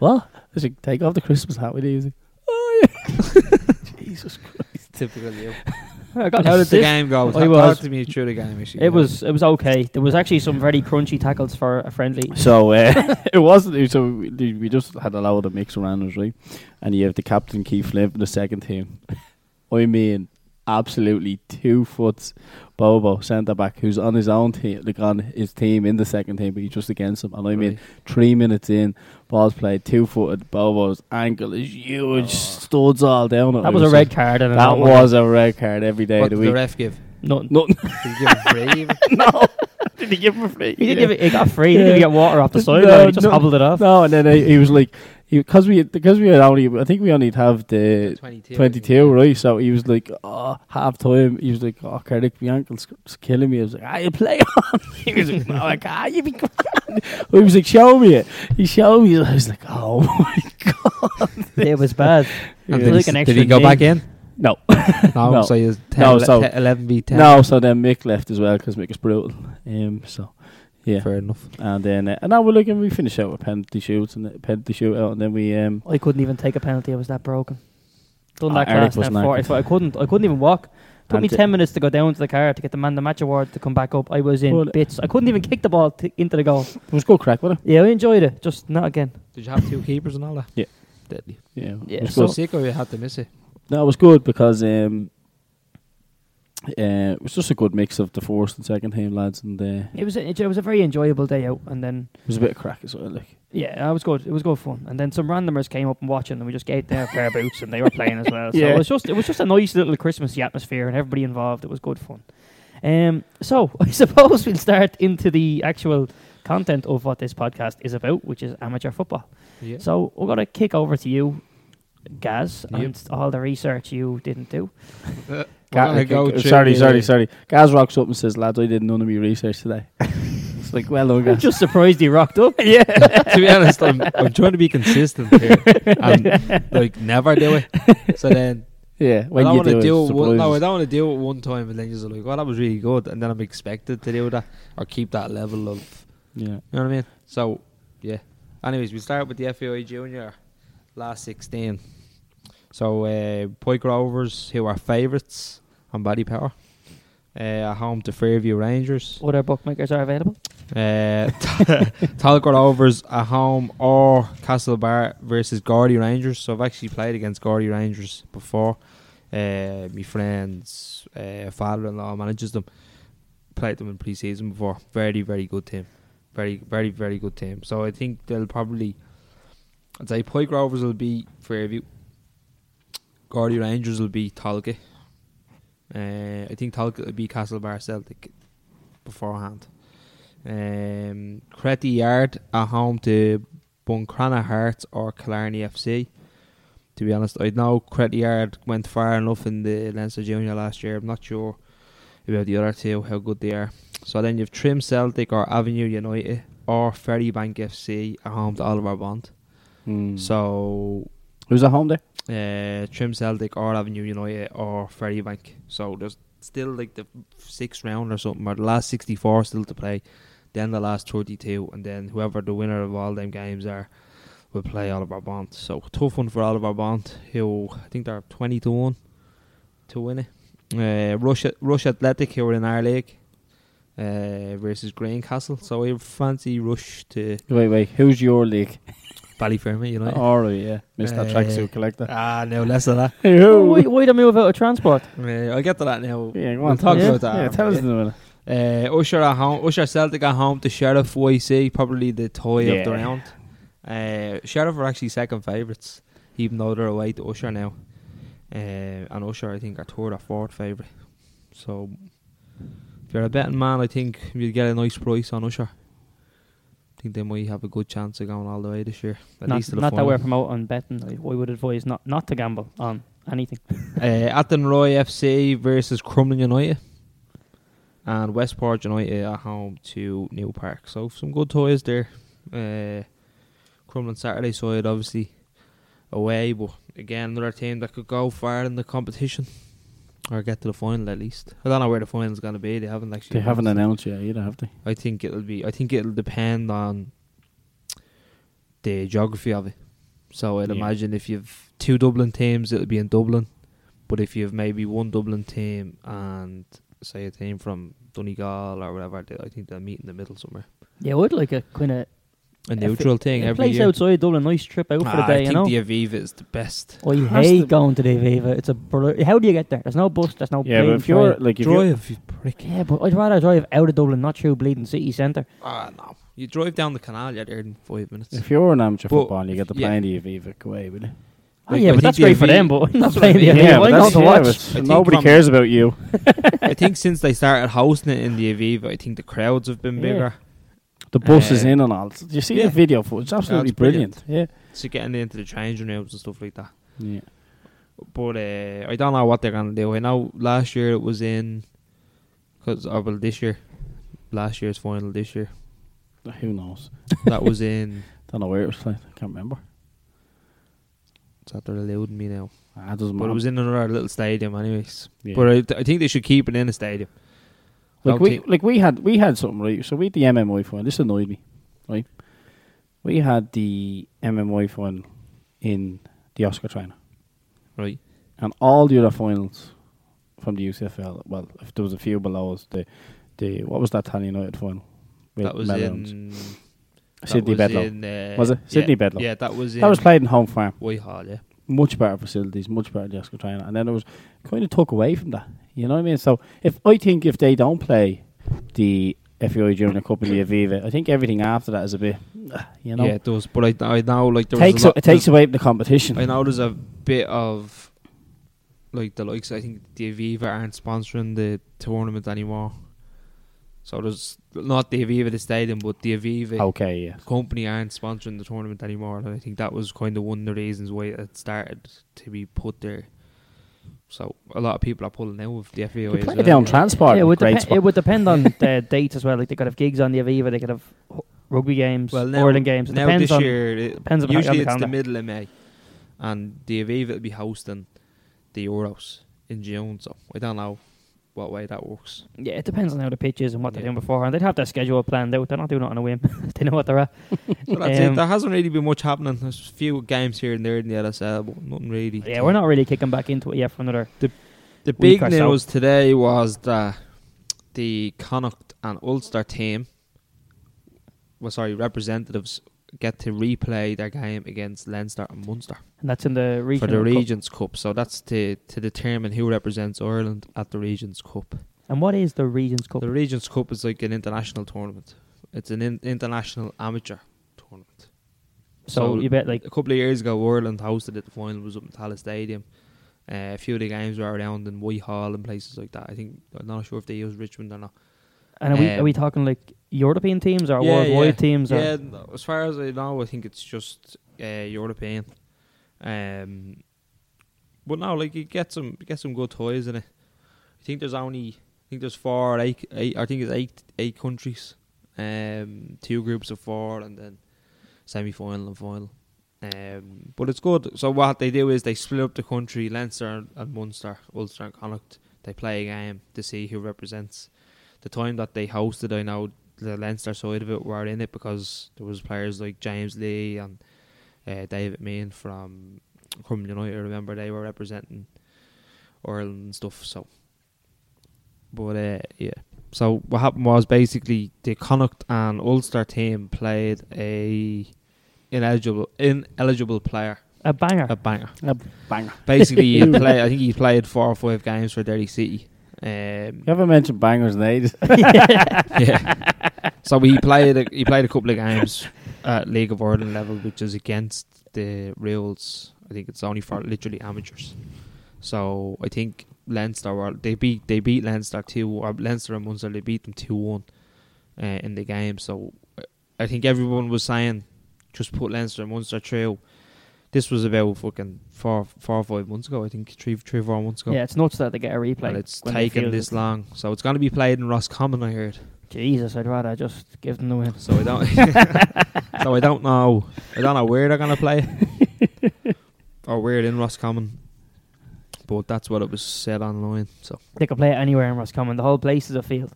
Speaker 3: What? I was like, Take off the Christmas hat with you. He's like, Oh, yeah. Jesus Christ.
Speaker 2: Typical you.
Speaker 1: I
Speaker 2: How did the game go?
Speaker 1: I
Speaker 2: Talk
Speaker 1: was-
Speaker 2: to me through the game. Actually.
Speaker 1: It was it was okay. There was actually some very crunchy tackles for a friendly.
Speaker 3: So uh, it wasn't. So we, we just had a lot of mix around us, right? And you have the captain, Keith Flynn, for the second team. I mean, absolutely two foot Bobo, centre back, who's on his own team, like on his team in the second team, but he's just against him. And I mean, Three minutes in, balls played, two footed, Bobo's ankle is huge, studs all down it.
Speaker 1: That was a
Speaker 3: It
Speaker 1: red card, and
Speaker 3: like-
Speaker 1: I
Speaker 3: That
Speaker 1: don't want
Speaker 3: was a red card every day
Speaker 2: What
Speaker 3: of the
Speaker 2: did
Speaker 3: week.
Speaker 2: the ref give?
Speaker 1: nothing.
Speaker 3: Nothing.
Speaker 2: Did he give a free?
Speaker 3: no, did he give him a free?
Speaker 1: He didn't give it. He got free. He didn't
Speaker 3: Yeah.
Speaker 1: even get water off the
Speaker 3: No,
Speaker 1: sideline. He just
Speaker 3: no.
Speaker 1: hobbled it off.
Speaker 3: No, and then he, he was like, because we because we had only, I think we only have the
Speaker 2: 22.
Speaker 3: twenty two, right? So he was like, oh, half time. He was like, oh, Kerdick, my ankle's it's killing me. I was like, ah, you play on. he was like, no, I can't. You be. grand." he was like, show me it. He showed me. it. I was like, oh my god.
Speaker 1: It was bad.
Speaker 2: And
Speaker 1: It
Speaker 3: Yeah.
Speaker 1: was like
Speaker 2: did, he,
Speaker 1: an
Speaker 2: s-
Speaker 1: extra
Speaker 2: did he go
Speaker 1: knee.
Speaker 2: back in?
Speaker 3: No,
Speaker 2: No.
Speaker 3: No.
Speaker 2: So he was 10,
Speaker 3: No,
Speaker 2: le-
Speaker 3: so-
Speaker 2: 10, 11 v 10.
Speaker 3: No, so then Mick left as well because Mick is brutal. Um, so yeah,
Speaker 2: Fair enough.
Speaker 3: and then uh, and now we're looking. We finish out with penalty shoots and th- penalty shootout, and then we um.
Speaker 1: I couldn't even take a penalty. I was that broken. Done
Speaker 3: Ah,
Speaker 1: that
Speaker 3: Eric
Speaker 1: class
Speaker 3: was
Speaker 1: now
Speaker 3: knackered.
Speaker 1: 45. I couldn't. I couldn't even walk. Took
Speaker 3: and
Speaker 1: me
Speaker 3: th-
Speaker 1: ten minutes to go down to the car to get the man of the match award to come back up. I was in
Speaker 3: Well-
Speaker 1: bits. I couldn't even kick the ball t- into the goal.
Speaker 3: It was good crack, wasn't
Speaker 1: Yeah, I enjoyed it. Just not again.
Speaker 2: Did you have two keepers and all that?
Speaker 3: Yeah.
Speaker 2: Deadly.
Speaker 3: it? Yeah,
Speaker 1: Yeah,
Speaker 3: It was
Speaker 2: So
Speaker 3: good.
Speaker 2: sick or you had to miss it?
Speaker 3: No, it was good because um. Uh, it was just a good mix of the first and second team lads, and uh, it
Speaker 1: It was. A, it was a very enjoyable day out, and then
Speaker 3: was a bit of crack as well. Like
Speaker 1: yeah, it was good. It was good fun. And then some randomers came up and watching, and we just gave them a pair of boots, and they were playing as well. So
Speaker 3: Yeah.
Speaker 1: it was just. It was just a nice little Christmassy atmosphere, and everybody involved. It was good fun. Um. So I suppose we'll start into the actual content of what this podcast is about, which is amateur football.
Speaker 2: Yeah.
Speaker 1: So we're gonna kick over to you, Gaz,
Speaker 2: Yep.
Speaker 1: and all the research you didn't do.
Speaker 2: We're gonna
Speaker 3: Ga-
Speaker 2: go
Speaker 3: uh,
Speaker 2: through
Speaker 3: sorry,
Speaker 2: the-
Speaker 3: sorry, sorry. Gaz rocks up and says, "Lads, I did none of my research today." it's like, well done,
Speaker 1: I'm
Speaker 3: Gaz.
Speaker 1: just surprised he rocked up. yeah.
Speaker 2: to be honest, I'm, I'm trying to be consistent here and like never do it. So then
Speaker 3: Yeah, when
Speaker 2: I don't
Speaker 3: you
Speaker 2: want to
Speaker 3: do,
Speaker 2: do
Speaker 3: it,
Speaker 2: it one, no, I
Speaker 3: surprises.
Speaker 2: don't want to do it one time and then just like, well, that was really good, and then I'm expected to do that or keep that level of,
Speaker 3: yeah.
Speaker 2: you know what I mean? So yeah. Anyways, we start with the FAI Junior last sixteen. So uh, Pike Rovers, who are favourites on body power, uh, are home to Fairview Rangers.
Speaker 1: Other bookmakers are available.
Speaker 2: Uh, Talcott Rovers at home or Castlebar versus Gordy Rangers. So I've actually played against Gordy Rangers before. Uh, my friend's uh, father-in-law manages them. Played them in pre-season before. Very, very good team. Very, very, very good team. So I think they'll probably. I'd say Pike Rovers will be Fairview. Gordy Rangers will be Talca. Uh, I think Talca will be Castlebar Celtic beforehand. Um, Cretty Yard at home to Buncrana Hearts or Killarney FC. To be honest, I know Cretty Yard went far enough in the Leinster Junior last year. I'm not sure about the other two, how good they are. So then you've Trim Celtic or Avenue United or Ferrybank FC at home to Oliver Bond.
Speaker 3: Hmm.
Speaker 2: So
Speaker 3: who's at home there?
Speaker 2: uh, Trim Celtic or Avenue United or Ferrybank. So there's still like the sixth round or something, or the last 64 still to play, then the last 32, and then whoever the winner of all them games are will play Oliver Bond. So tough one for Oliver Bond, who I think they're 20 to 1 to win it. Uh, Rush, Rush Athletic, who are in our league, uh, versus Greencastle. So I fancy Rush to
Speaker 3: Wait, wait. Who's your league?
Speaker 2: Ballyfermot United.
Speaker 3: All right, yeah. Mr.
Speaker 2: Uh,
Speaker 3: Tracksuit Collector.
Speaker 2: Ah, no, less of that.
Speaker 1: Oh, why, why the move out of transport?
Speaker 2: Uh, I'll get to that now.
Speaker 3: yeah, go
Speaker 2: We'll
Speaker 3: on.
Speaker 2: talk
Speaker 3: yeah.
Speaker 2: about that.
Speaker 3: Yeah, tell us in a minute.
Speaker 2: Uh, Usher at home, Usher Celtic at home to Sheriff YC, probably the toy of the
Speaker 3: Yeah.
Speaker 2: round. Uh, Sheriff are actually second favourites, even though they're away to Usher now. Uh, and Usher, I think, are third or fourth favourite. So, if you're a betting man, I think you'll get a nice price on Usher. I think they might have a good chance of going all the way this year. At
Speaker 1: not
Speaker 2: least to the
Speaker 1: not that
Speaker 2: final.
Speaker 1: we're promoting betting. I, I would advise not, not to gamble on anything.
Speaker 2: Uh, Athenroy FC versus Crumlin United. And Westport United at home to New Park. So some good toys there. Uh, Crumlin Saturday side obviously away, but again another team that could go far in the competition or get to the final at least. I don't know where the final's gonna be. They haven't actually.
Speaker 3: They haven't
Speaker 2: announced.
Speaker 3: announced yet either, have they?
Speaker 2: I think it'll be. I think it'll depend on the geography of it. So I'd
Speaker 3: Yeah.
Speaker 2: imagine if you've two Dublin teams, it'll be in Dublin. But if you've maybe one Dublin team and say a team from Donegal or whatever, they- I think they'll meet in the middle somewhere.
Speaker 1: Yeah, I would like a kind of
Speaker 2: A neutral thing every
Speaker 1: place
Speaker 2: year.
Speaker 1: outside Dublin. Nice trip out for the
Speaker 2: Ah,
Speaker 1: day,
Speaker 2: I
Speaker 1: you
Speaker 2: think
Speaker 1: know.
Speaker 2: the Aviva is the best.
Speaker 1: I
Speaker 3: Has to
Speaker 1: hate
Speaker 3: be.
Speaker 1: going to the Aviva. It's a br- how do you get there? There's no bus. There's
Speaker 2: Oh,
Speaker 1: no
Speaker 3: Yeah,
Speaker 1: plane.
Speaker 3: but if you're
Speaker 1: Drive-
Speaker 3: like if you're,
Speaker 2: Drive, you prick.
Speaker 1: yeah, but I'd rather drive out of Dublin, not through bleeding city centre.
Speaker 2: Ah, no. You drive down the canal, you're there in five minutes.
Speaker 3: if you're an amateur
Speaker 2: But-
Speaker 3: footballer, you get the
Speaker 2: yeah.
Speaker 3: plane to Aviva, go away, will you?
Speaker 1: Oh,
Speaker 2: Like,
Speaker 1: yeah,
Speaker 2: I
Speaker 1: but
Speaker 2: think
Speaker 1: that's
Speaker 2: the
Speaker 1: great for
Speaker 2: Aviva-
Speaker 1: them. But I'm not
Speaker 2: that's what I
Speaker 1: playing the
Speaker 2: mean.
Speaker 1: Aviva.
Speaker 2: Yeah,
Speaker 1: I'm
Speaker 2: but
Speaker 1: going
Speaker 2: that's-
Speaker 1: to
Speaker 2: yeah,
Speaker 1: watch.
Speaker 3: it's-
Speaker 2: I think
Speaker 3: nobody
Speaker 2: from-
Speaker 3: cares about you.
Speaker 2: I think since they started hosting it in the Aviva, I think the crowds have been
Speaker 1: Yeah.
Speaker 2: bigger.
Speaker 3: The bus is
Speaker 2: Uh,
Speaker 3: in and all. Did you see
Speaker 2: yeah.
Speaker 3: the video footage? It's absolutely
Speaker 2: it's brilliant.
Speaker 3: brilliant.
Speaker 2: So getting into the changing rooms and stuff like that.
Speaker 3: Yeah. yeah.
Speaker 2: But uh, I don't know what they're gonna do. I know last year it was in, cause or well this year, last year's final this year
Speaker 3: Who knows?
Speaker 2: that was in.
Speaker 3: Don't know where it was played. I can't remember.
Speaker 2: It's after eluding me now,
Speaker 3: Ah, it doesn't
Speaker 2: but
Speaker 3: matter.
Speaker 2: it was in another little stadium, anyways.
Speaker 3: Yeah.
Speaker 2: But I, th- I think they should keep it in a stadium.
Speaker 3: Like
Speaker 2: I'll
Speaker 3: we
Speaker 2: take-
Speaker 3: like we had we had something right. So we had the MMI final. This annoyed me, right? We had the MMI final in the Oscar trainer,
Speaker 2: right?
Speaker 3: and all the other finals from the UCFL. Well, if there was a few below us, the the what was that Tally United final? with
Speaker 2: that was
Speaker 3: Melrose?
Speaker 2: in that
Speaker 3: Sydney
Speaker 2: was
Speaker 3: Bedlow.
Speaker 2: in, uh,
Speaker 3: Was it?
Speaker 2: yeah,
Speaker 3: Sydney Bedlow.
Speaker 2: Yeah, that was in.
Speaker 3: that was played in home farm.
Speaker 2: Whitehall. Yeah,
Speaker 3: much better facilities, much better Jessica Trainer. And then it was kind of took away from that. You know what I mean? So if I think if they don't play the FUI Junior Cup in the Aviva, I think everything after that is a bit, uh, you know,
Speaker 2: yeah, it does. But I, I know like there was
Speaker 3: takes
Speaker 2: a
Speaker 3: a,
Speaker 2: lot,
Speaker 3: it takes away from the competition.
Speaker 2: I know there's a bit of like the likes. I think the Aviva aren't sponsoring the tournament anymore, so there's not the Aviva the stadium, but the Aviva
Speaker 3: Okay, yeah,
Speaker 2: company aren't sponsoring the tournament anymore. And I think that was kind of one of the reasons why it started to be put there. So a lot of people are pulling out of the FAO.
Speaker 3: they
Speaker 2: as
Speaker 3: play
Speaker 2: well.
Speaker 3: down transport.
Speaker 1: Yeah, it would,
Speaker 3: great
Speaker 1: depe-
Speaker 3: spot.
Speaker 1: it would depend on the dates as well. Like they could have gigs on the Aviva, they could have h- rugby games,
Speaker 2: Well,
Speaker 1: well,
Speaker 2: now-
Speaker 1: Ireland games. It
Speaker 2: now
Speaker 1: depends
Speaker 2: this
Speaker 1: on
Speaker 2: year, it-
Speaker 1: depends on how- on
Speaker 2: usually
Speaker 1: the
Speaker 2: it's the
Speaker 1: calendar.
Speaker 2: middle of May, and the Aviva will be hosting the Euros in June. So I don't know what way that works.
Speaker 1: Yeah, it depends on how the pitch is and what they're
Speaker 2: Yeah.
Speaker 1: doing beforehand. They'd have their schedule planned out. They're not doing it on a whim. they know what they're at.
Speaker 2: So that's
Speaker 1: Um,
Speaker 2: it. There hasn't really been much happening. There's a few games here and there in the LSL, but nothing really.
Speaker 1: Yeah, we're not really kicking back into it yet for another.
Speaker 2: The
Speaker 1: week
Speaker 2: big
Speaker 1: or so.
Speaker 2: news today was that the Connacht and Ulster team, well, sorry, representatives get to replay their game against Leinster and Munster
Speaker 1: And that's in the
Speaker 2: for
Speaker 1: region.
Speaker 2: the Regents Cup. So that's to to determine who represents Ireland at the Regents Cup.
Speaker 1: And what is the Regions Cup?
Speaker 2: The Regents Cup is like an international tournament. It's an in- international amateur tournament.
Speaker 1: So,
Speaker 2: So,
Speaker 1: you bet like
Speaker 2: a couple of years ago, Ireland hosted it. The final was up in Tala Stadium. Uh, a few of the games were around in Whitehall and places like that. I think I'm not sure if they used Richmond or not.
Speaker 1: and are we
Speaker 2: um,
Speaker 1: are we talking like European teams or
Speaker 2: Yeah,
Speaker 1: worldwide
Speaker 2: yeah.
Speaker 1: teams or
Speaker 2: Yeah, no, as far as I know, I think it's just uh, European. Um, but no, like you get some you get some good toys in it. I think there's only I think there's four or eight, eight I think it's eight eight countries, um, two groups of four, and then semi final and final. Um, but it's good. So what they do is they split up the country, Leinster and Munster, Ulster and Connacht. They play a game to see who represents. The time that they hosted, I know the Leinster side of it were in it because there was players like James Lee and uh, David Main from Crum United. I remember they were representing Ireland and stuff. So, but uh, yeah. So what happened was basically the Connacht and Ulster team played a ineligible ineligible player
Speaker 1: a banger?
Speaker 2: a banger.
Speaker 3: A banger.
Speaker 2: Basically, he play. I think he played four or five games for Derry City. Um,
Speaker 3: You haven't mentioned bangers in ages.
Speaker 2: yeah. So he played a, he played a couple of games at League of Ireland level, which is against the rules. I think it's only for literally amateurs. So I think Leinster were, they beat they beat Leinster two or Leinster and Munster they beat them two one uh, in the game. So uh, I think everyone was saying just put Leinster and Munster through. This was about fucking four four or five months ago. I think three three or four months ago.
Speaker 1: yeah, it's nuts that they get a replay.
Speaker 2: And it's
Speaker 1: when they
Speaker 2: taken
Speaker 1: feel
Speaker 2: this
Speaker 1: it.
Speaker 2: long, so it's going to be played in Roscommon. I heard.
Speaker 1: Jesus, I'd rather just give them the win.
Speaker 2: So I don't. so I don't know. I don't know where they're gonna play, or where in Roscommon. But that's what it was said online. So
Speaker 1: They could play it anywhere in Roscommon. The whole place is a field.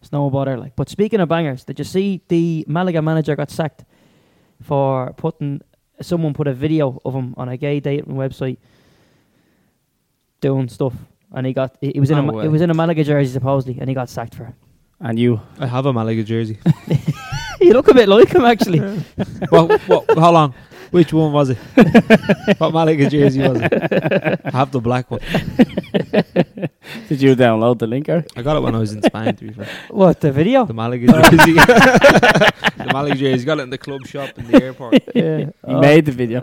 Speaker 1: It's no bother. Like, but speaking of bangers, did you see the Malaga manager got sacked for putting someone put a video of him on a gay dating website doing stuff, and he got he, he was in
Speaker 2: No
Speaker 1: a
Speaker 2: way.
Speaker 1: he was in a Malaga jersey supposedly, and he got sacked for it.
Speaker 3: and you,
Speaker 2: I have a Malaga jersey.
Speaker 1: You look a bit like him actually.
Speaker 2: well, well, how long? Which one was it? what Malaga jersey was it? I have the black one.
Speaker 3: did you download the linker?
Speaker 2: I got it when I was in Spain. To be fair,
Speaker 1: what the video?
Speaker 2: the Malaga jersey. the Malaga jersey. Got it in the club shop in the airport.
Speaker 3: Yeah, he
Speaker 1: Oh.
Speaker 3: made the video.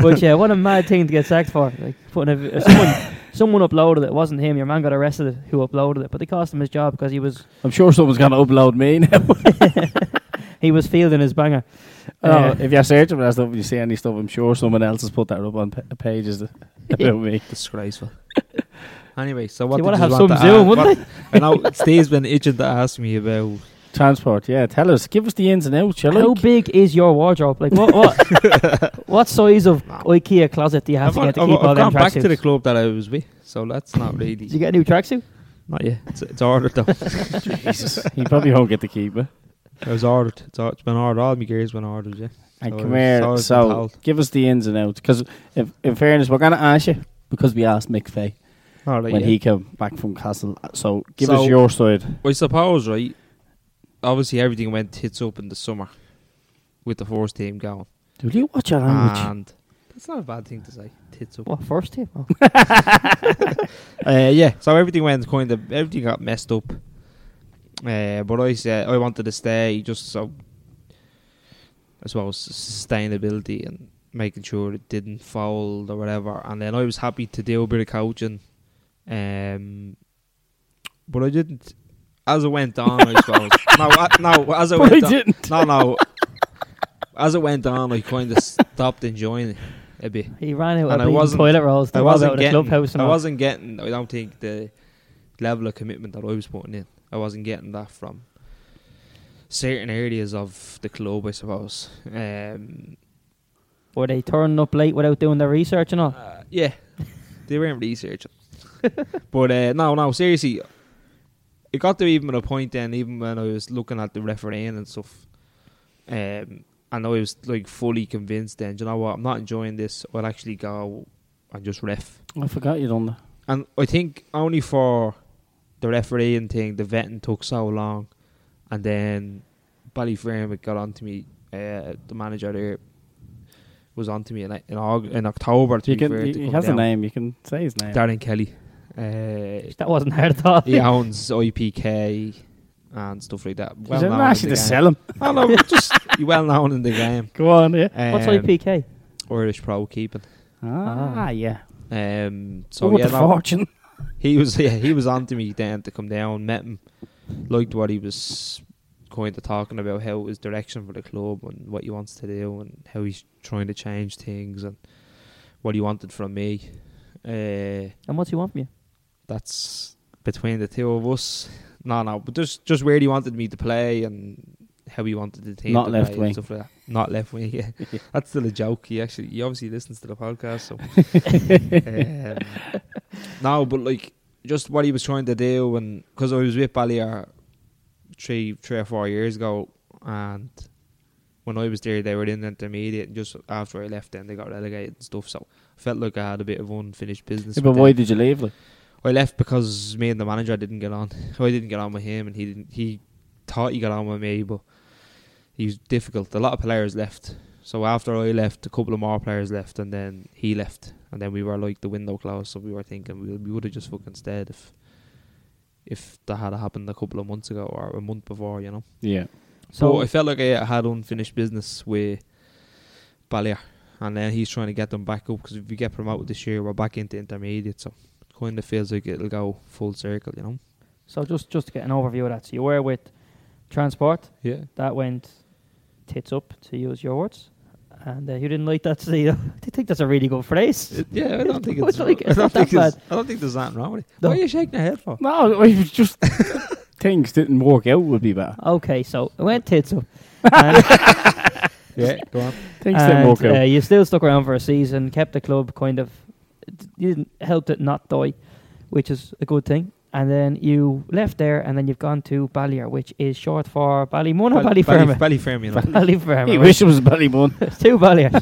Speaker 1: but yeah, what a mad thing to get sacked for. Like putting a, vi- if someone someone uploaded it. It wasn't him. Your man got arrested who uploaded it, but they cost him his job because he was
Speaker 3: I'm sure someone's gonna upload me now.
Speaker 1: he was fielding his banger.
Speaker 3: Oh,
Speaker 1: Uh,
Speaker 3: if you're searching for that stuff, and you see any stuff, I'm sure someone else has put that up on pa- pages th- about me.
Speaker 2: Disgraceful. Anyway, so what?
Speaker 1: They
Speaker 2: did
Speaker 1: wanna
Speaker 2: you
Speaker 1: have
Speaker 2: want
Speaker 1: some
Speaker 2: to
Speaker 1: zoo,
Speaker 2: add?
Speaker 1: wouldn't
Speaker 2: What- I know Steve's been itching to ask me about
Speaker 3: Transport, yeah. Tell us, give us the ins and outs, shall
Speaker 1: How
Speaker 3: you?
Speaker 1: big is your wardrobe? Like what what, what size of IKEA closet do you have to get to
Speaker 2: I've-
Speaker 1: keep
Speaker 2: I've
Speaker 1: all them
Speaker 2: gone back to the
Speaker 1: tracksuits?
Speaker 2: club that I was with, so that's not
Speaker 1: Did you
Speaker 2: really.
Speaker 1: get a new tracksuit?
Speaker 2: not yet. It's, it's ordered though.
Speaker 3: Jesus, he probably won't get to keep eh? it.
Speaker 2: it was ordered. It's, or- it's been ordered. All my gear's been ordered. Yeah.
Speaker 3: And
Speaker 2: So
Speaker 3: come
Speaker 2: it's- so
Speaker 3: here,
Speaker 2: it's been
Speaker 3: so
Speaker 2: told.
Speaker 3: give us the ins and outs. Because in fairness, we're gonna ask you because we asked Mick Fay
Speaker 2: All right.
Speaker 3: when
Speaker 2: yeah.
Speaker 3: he came back from Castle. So give
Speaker 2: So-
Speaker 3: us your side.
Speaker 2: I suppose right. Obviously, everything went tits up in the summer, with the first team going,
Speaker 3: Do you watch your language?
Speaker 2: and that's not a bad thing to say. Tits up.
Speaker 1: What first team? Oh.
Speaker 2: Ah. Uh, yeah, so everything went kind of everything got messed up. Uh, but I said I wanted to stay just so as well as sustainability and making sure it didn't fold or whatever. And then I was happy to do a bit of coaching, um, but I didn't. As it went on, I suppose. no, I, no, as it
Speaker 3: But I
Speaker 2: went on,
Speaker 3: didn't.
Speaker 2: no, no. As it went on, I kind of stopped enjoying it a bit.
Speaker 1: He ran out
Speaker 2: And I
Speaker 1: of bleeding
Speaker 2: wasn't-
Speaker 1: toilet rolls.
Speaker 2: I
Speaker 1: to walk out
Speaker 2: wasn't
Speaker 1: of the
Speaker 2: getting.
Speaker 1: clubhouse. and
Speaker 2: I
Speaker 1: all.
Speaker 2: wasn't getting. I don't think the level of commitment that I was putting in. I wasn't getting that from certain areas of the club, I suppose. Um,
Speaker 1: Were they turning up late without doing their research and all?
Speaker 2: uh, yeah, they weren't researching. but uh, no, no, seriously, it got to even a point then, even when I was looking at the refereeing and stuff, um, and I was like fully convinced then, "Do you know what, I'm not enjoying this. I'll actually go and just ref.
Speaker 3: I forgot you done that.
Speaker 2: And I think only for the refereeing thing, the vetting took so long. And then Ballyfermot got onto me, uh, the manager there was onto me in, in, Aug- in October. To
Speaker 3: You
Speaker 2: be
Speaker 3: can.
Speaker 2: fair,
Speaker 3: He,
Speaker 2: to
Speaker 3: he
Speaker 2: come
Speaker 3: has
Speaker 2: down.
Speaker 3: a name. You can say his name.
Speaker 2: Darren Kelly. Uh,
Speaker 1: That wasn't hard at all.
Speaker 2: he owns IPK and stuff like that.
Speaker 3: He's
Speaker 2: Well known in
Speaker 3: actually
Speaker 2: the
Speaker 3: to
Speaker 2: game.
Speaker 3: sell him.
Speaker 2: I don't know, just you well known in the game.
Speaker 3: Go on, yeah.
Speaker 1: What's
Speaker 2: Um,
Speaker 1: IPK?
Speaker 2: Irish pro keeping.
Speaker 3: Ah,
Speaker 1: Ah.
Speaker 3: yeah.
Speaker 2: Um,
Speaker 3: So
Speaker 2: so
Speaker 3: what
Speaker 2: yeah,
Speaker 3: the
Speaker 2: no,
Speaker 3: fortune?
Speaker 2: he was yeah, he was on to me then to come down, met him, liked what he was kind of talking about, how his direction for the club and what he wants to do and how he's trying to change things and what he wanted from me. Uh,
Speaker 1: And what's he want from you?
Speaker 2: that's between the two of us. No, no, but just just where he wanted me to play and how he wanted the team
Speaker 3: Not
Speaker 2: to
Speaker 3: left
Speaker 2: play and
Speaker 3: wing.
Speaker 2: stuff like that. Not left wing. Yeah, that's still a joke. He actually, he obviously listens to the podcast. So um, no, but like just what he was trying to do, and because I was with Ballier three, three or four years ago, and when I was there, they were in the intermediate, and just after I left, then they got relegated and stuff. So I felt like I had a bit of unfinished business.
Speaker 3: Yeah,
Speaker 2: with
Speaker 3: but
Speaker 2: them.
Speaker 3: why did you leave? Like,
Speaker 2: I left because me and the manager didn't get on. I didn't get on with him, and he didn't. He thought he got on with me, but he was difficult. A lot of players left. So after I left, a couple of more players left, and then he left, and then we were like the window closed. So we were thinking we, we would have just fucking stayed if if that had happened a couple of months ago or a month before, you know.
Speaker 3: yeah.
Speaker 2: So
Speaker 1: So
Speaker 2: I felt like I had unfinished business with Ballier, and then he's trying to get them back up because if we get promoted this year, we're back into intermediate. So it kind of feels like it'll go full circle, you know.
Speaker 1: so just just to get an overview of that. So you were with Transport.
Speaker 2: Yeah.
Speaker 1: That went tits up, to use your words. And uh, you didn't like that, so you I think that's a really good phrase.
Speaker 2: yeah, I
Speaker 1: It's
Speaker 2: don't think
Speaker 1: not
Speaker 2: it's.
Speaker 1: like-
Speaker 2: I
Speaker 1: it's
Speaker 2: don't
Speaker 1: not that
Speaker 2: think it's- I don't think there's nothing wrong with it.
Speaker 1: No.
Speaker 2: Why are you shaking your head for?
Speaker 3: No, it was just things didn't work out. Would be better.
Speaker 1: Okay, so it went tits up. And-
Speaker 2: Yeah, go on.
Speaker 3: Things didn't
Speaker 1: And,
Speaker 3: work out.
Speaker 1: uh, you still stuck around for a season, kept the club kind of, you didn't helped it not die, which is a good thing. And then you left there, and then you've gone to Ballier, which is short for Ballymun or Ballyferma.
Speaker 2: Ballyferma, you know.
Speaker 1: Ballyferma.
Speaker 3: He
Speaker 1: right?
Speaker 3: wish it was Belly Bun.
Speaker 1: There's two Balliers.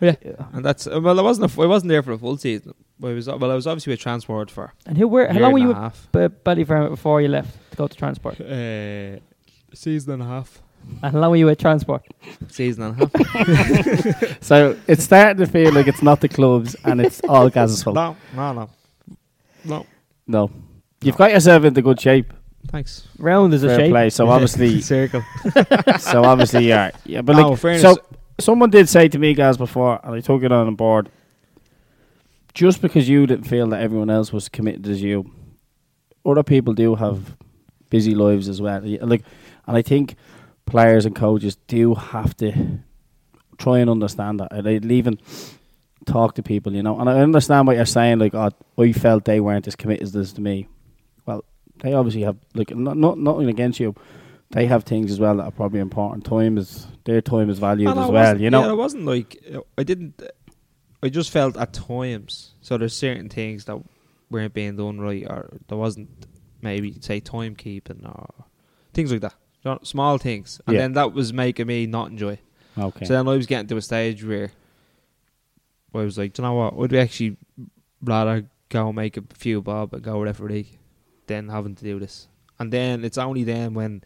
Speaker 2: Yeah. And that's uh, well, I wasn't. A, f- I wasn't there for a full season. I was well. I was obviously with Transport for
Speaker 1: And who were?
Speaker 2: a
Speaker 1: How
Speaker 2: year
Speaker 1: long were
Speaker 2: and
Speaker 1: you
Speaker 2: a half.
Speaker 1: with B- Ballyferma before you left to go to Transport?
Speaker 2: Uh, season and a half.
Speaker 1: And how long were you at Transport?
Speaker 2: Season and a half.
Speaker 3: So it's starting to feel like it's not the clubs and it's all Gaz's fault.
Speaker 2: no, no, no, no.
Speaker 3: No. You've got yourself into good shape.
Speaker 2: Thanks.
Speaker 1: Round is a
Speaker 3: fair
Speaker 1: shape.
Speaker 3: play. So obviously,
Speaker 2: circle.
Speaker 3: so obviously, yeah, yeah. But
Speaker 2: No,
Speaker 3: like,
Speaker 2: fairness-
Speaker 3: so someone did say to me, guys, before, and I took it on board. Just because you didn't feel that everyone else was committed as you, other people do have busy lives as well. Y- Like, and I think players and coaches do have to try and understand that. And I'd even talk to people, you know. And I understand what you're saying. Like, oh, I felt they weren't as committed as to me. Well, they obviously have like not not nothing against you. They have things as well that are probably important. Time is their time is valued
Speaker 2: And I
Speaker 3: as well,
Speaker 2: wasn't-
Speaker 3: you know.
Speaker 2: Yeah, I wasn't like I didn't. I just felt at times. So there's certain things that weren't being done right, or there wasn't maybe say timekeeping or things like that. You know, Small things, and
Speaker 3: Yeah.
Speaker 2: then that was making me not enjoy. it.
Speaker 3: okay.
Speaker 2: So then I was getting to a stage where I was like, do you know what? Would we actually rather go make a few bob and go referee than having to do this? And then it's only then when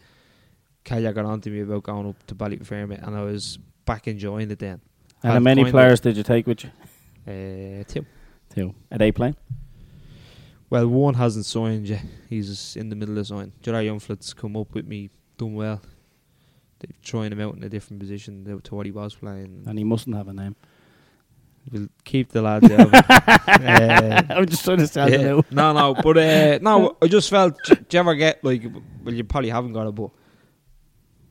Speaker 2: Kaya got on to me about going up to Ballyfermot and I was back enjoying it then.
Speaker 3: and how
Speaker 2: I've
Speaker 3: many
Speaker 2: coined
Speaker 3: players did you take with you?
Speaker 2: Uh,
Speaker 3: Eh,
Speaker 2: Tim.
Speaker 3: Two. Are they playing?
Speaker 2: Well, one hasn't signed yet. He's in the middle of signing. Jedi Youngflood's come up with me, done well. They're trying him out in a different position to- to what he was playing.
Speaker 3: And he mustn't have a name.
Speaker 2: We'll keep the lads out. of it. Uh,
Speaker 3: I'm just trying to sound
Speaker 2: Yeah.
Speaker 3: it out.
Speaker 2: No, no, but uh, no, I just felt. Do you ever get like? Well, you probably haven't got it, but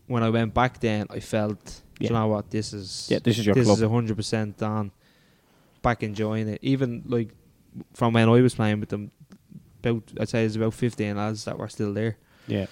Speaker 2: when I went back then, I felt.
Speaker 3: Yeah.
Speaker 2: Do you know what? This is
Speaker 3: Yeah, this is your
Speaker 2: this
Speaker 3: club.
Speaker 2: is hundred percent on. Back enjoying it, even like from when I was playing with them. About I'd say it's about fifteen lads that were still there
Speaker 3: yeah.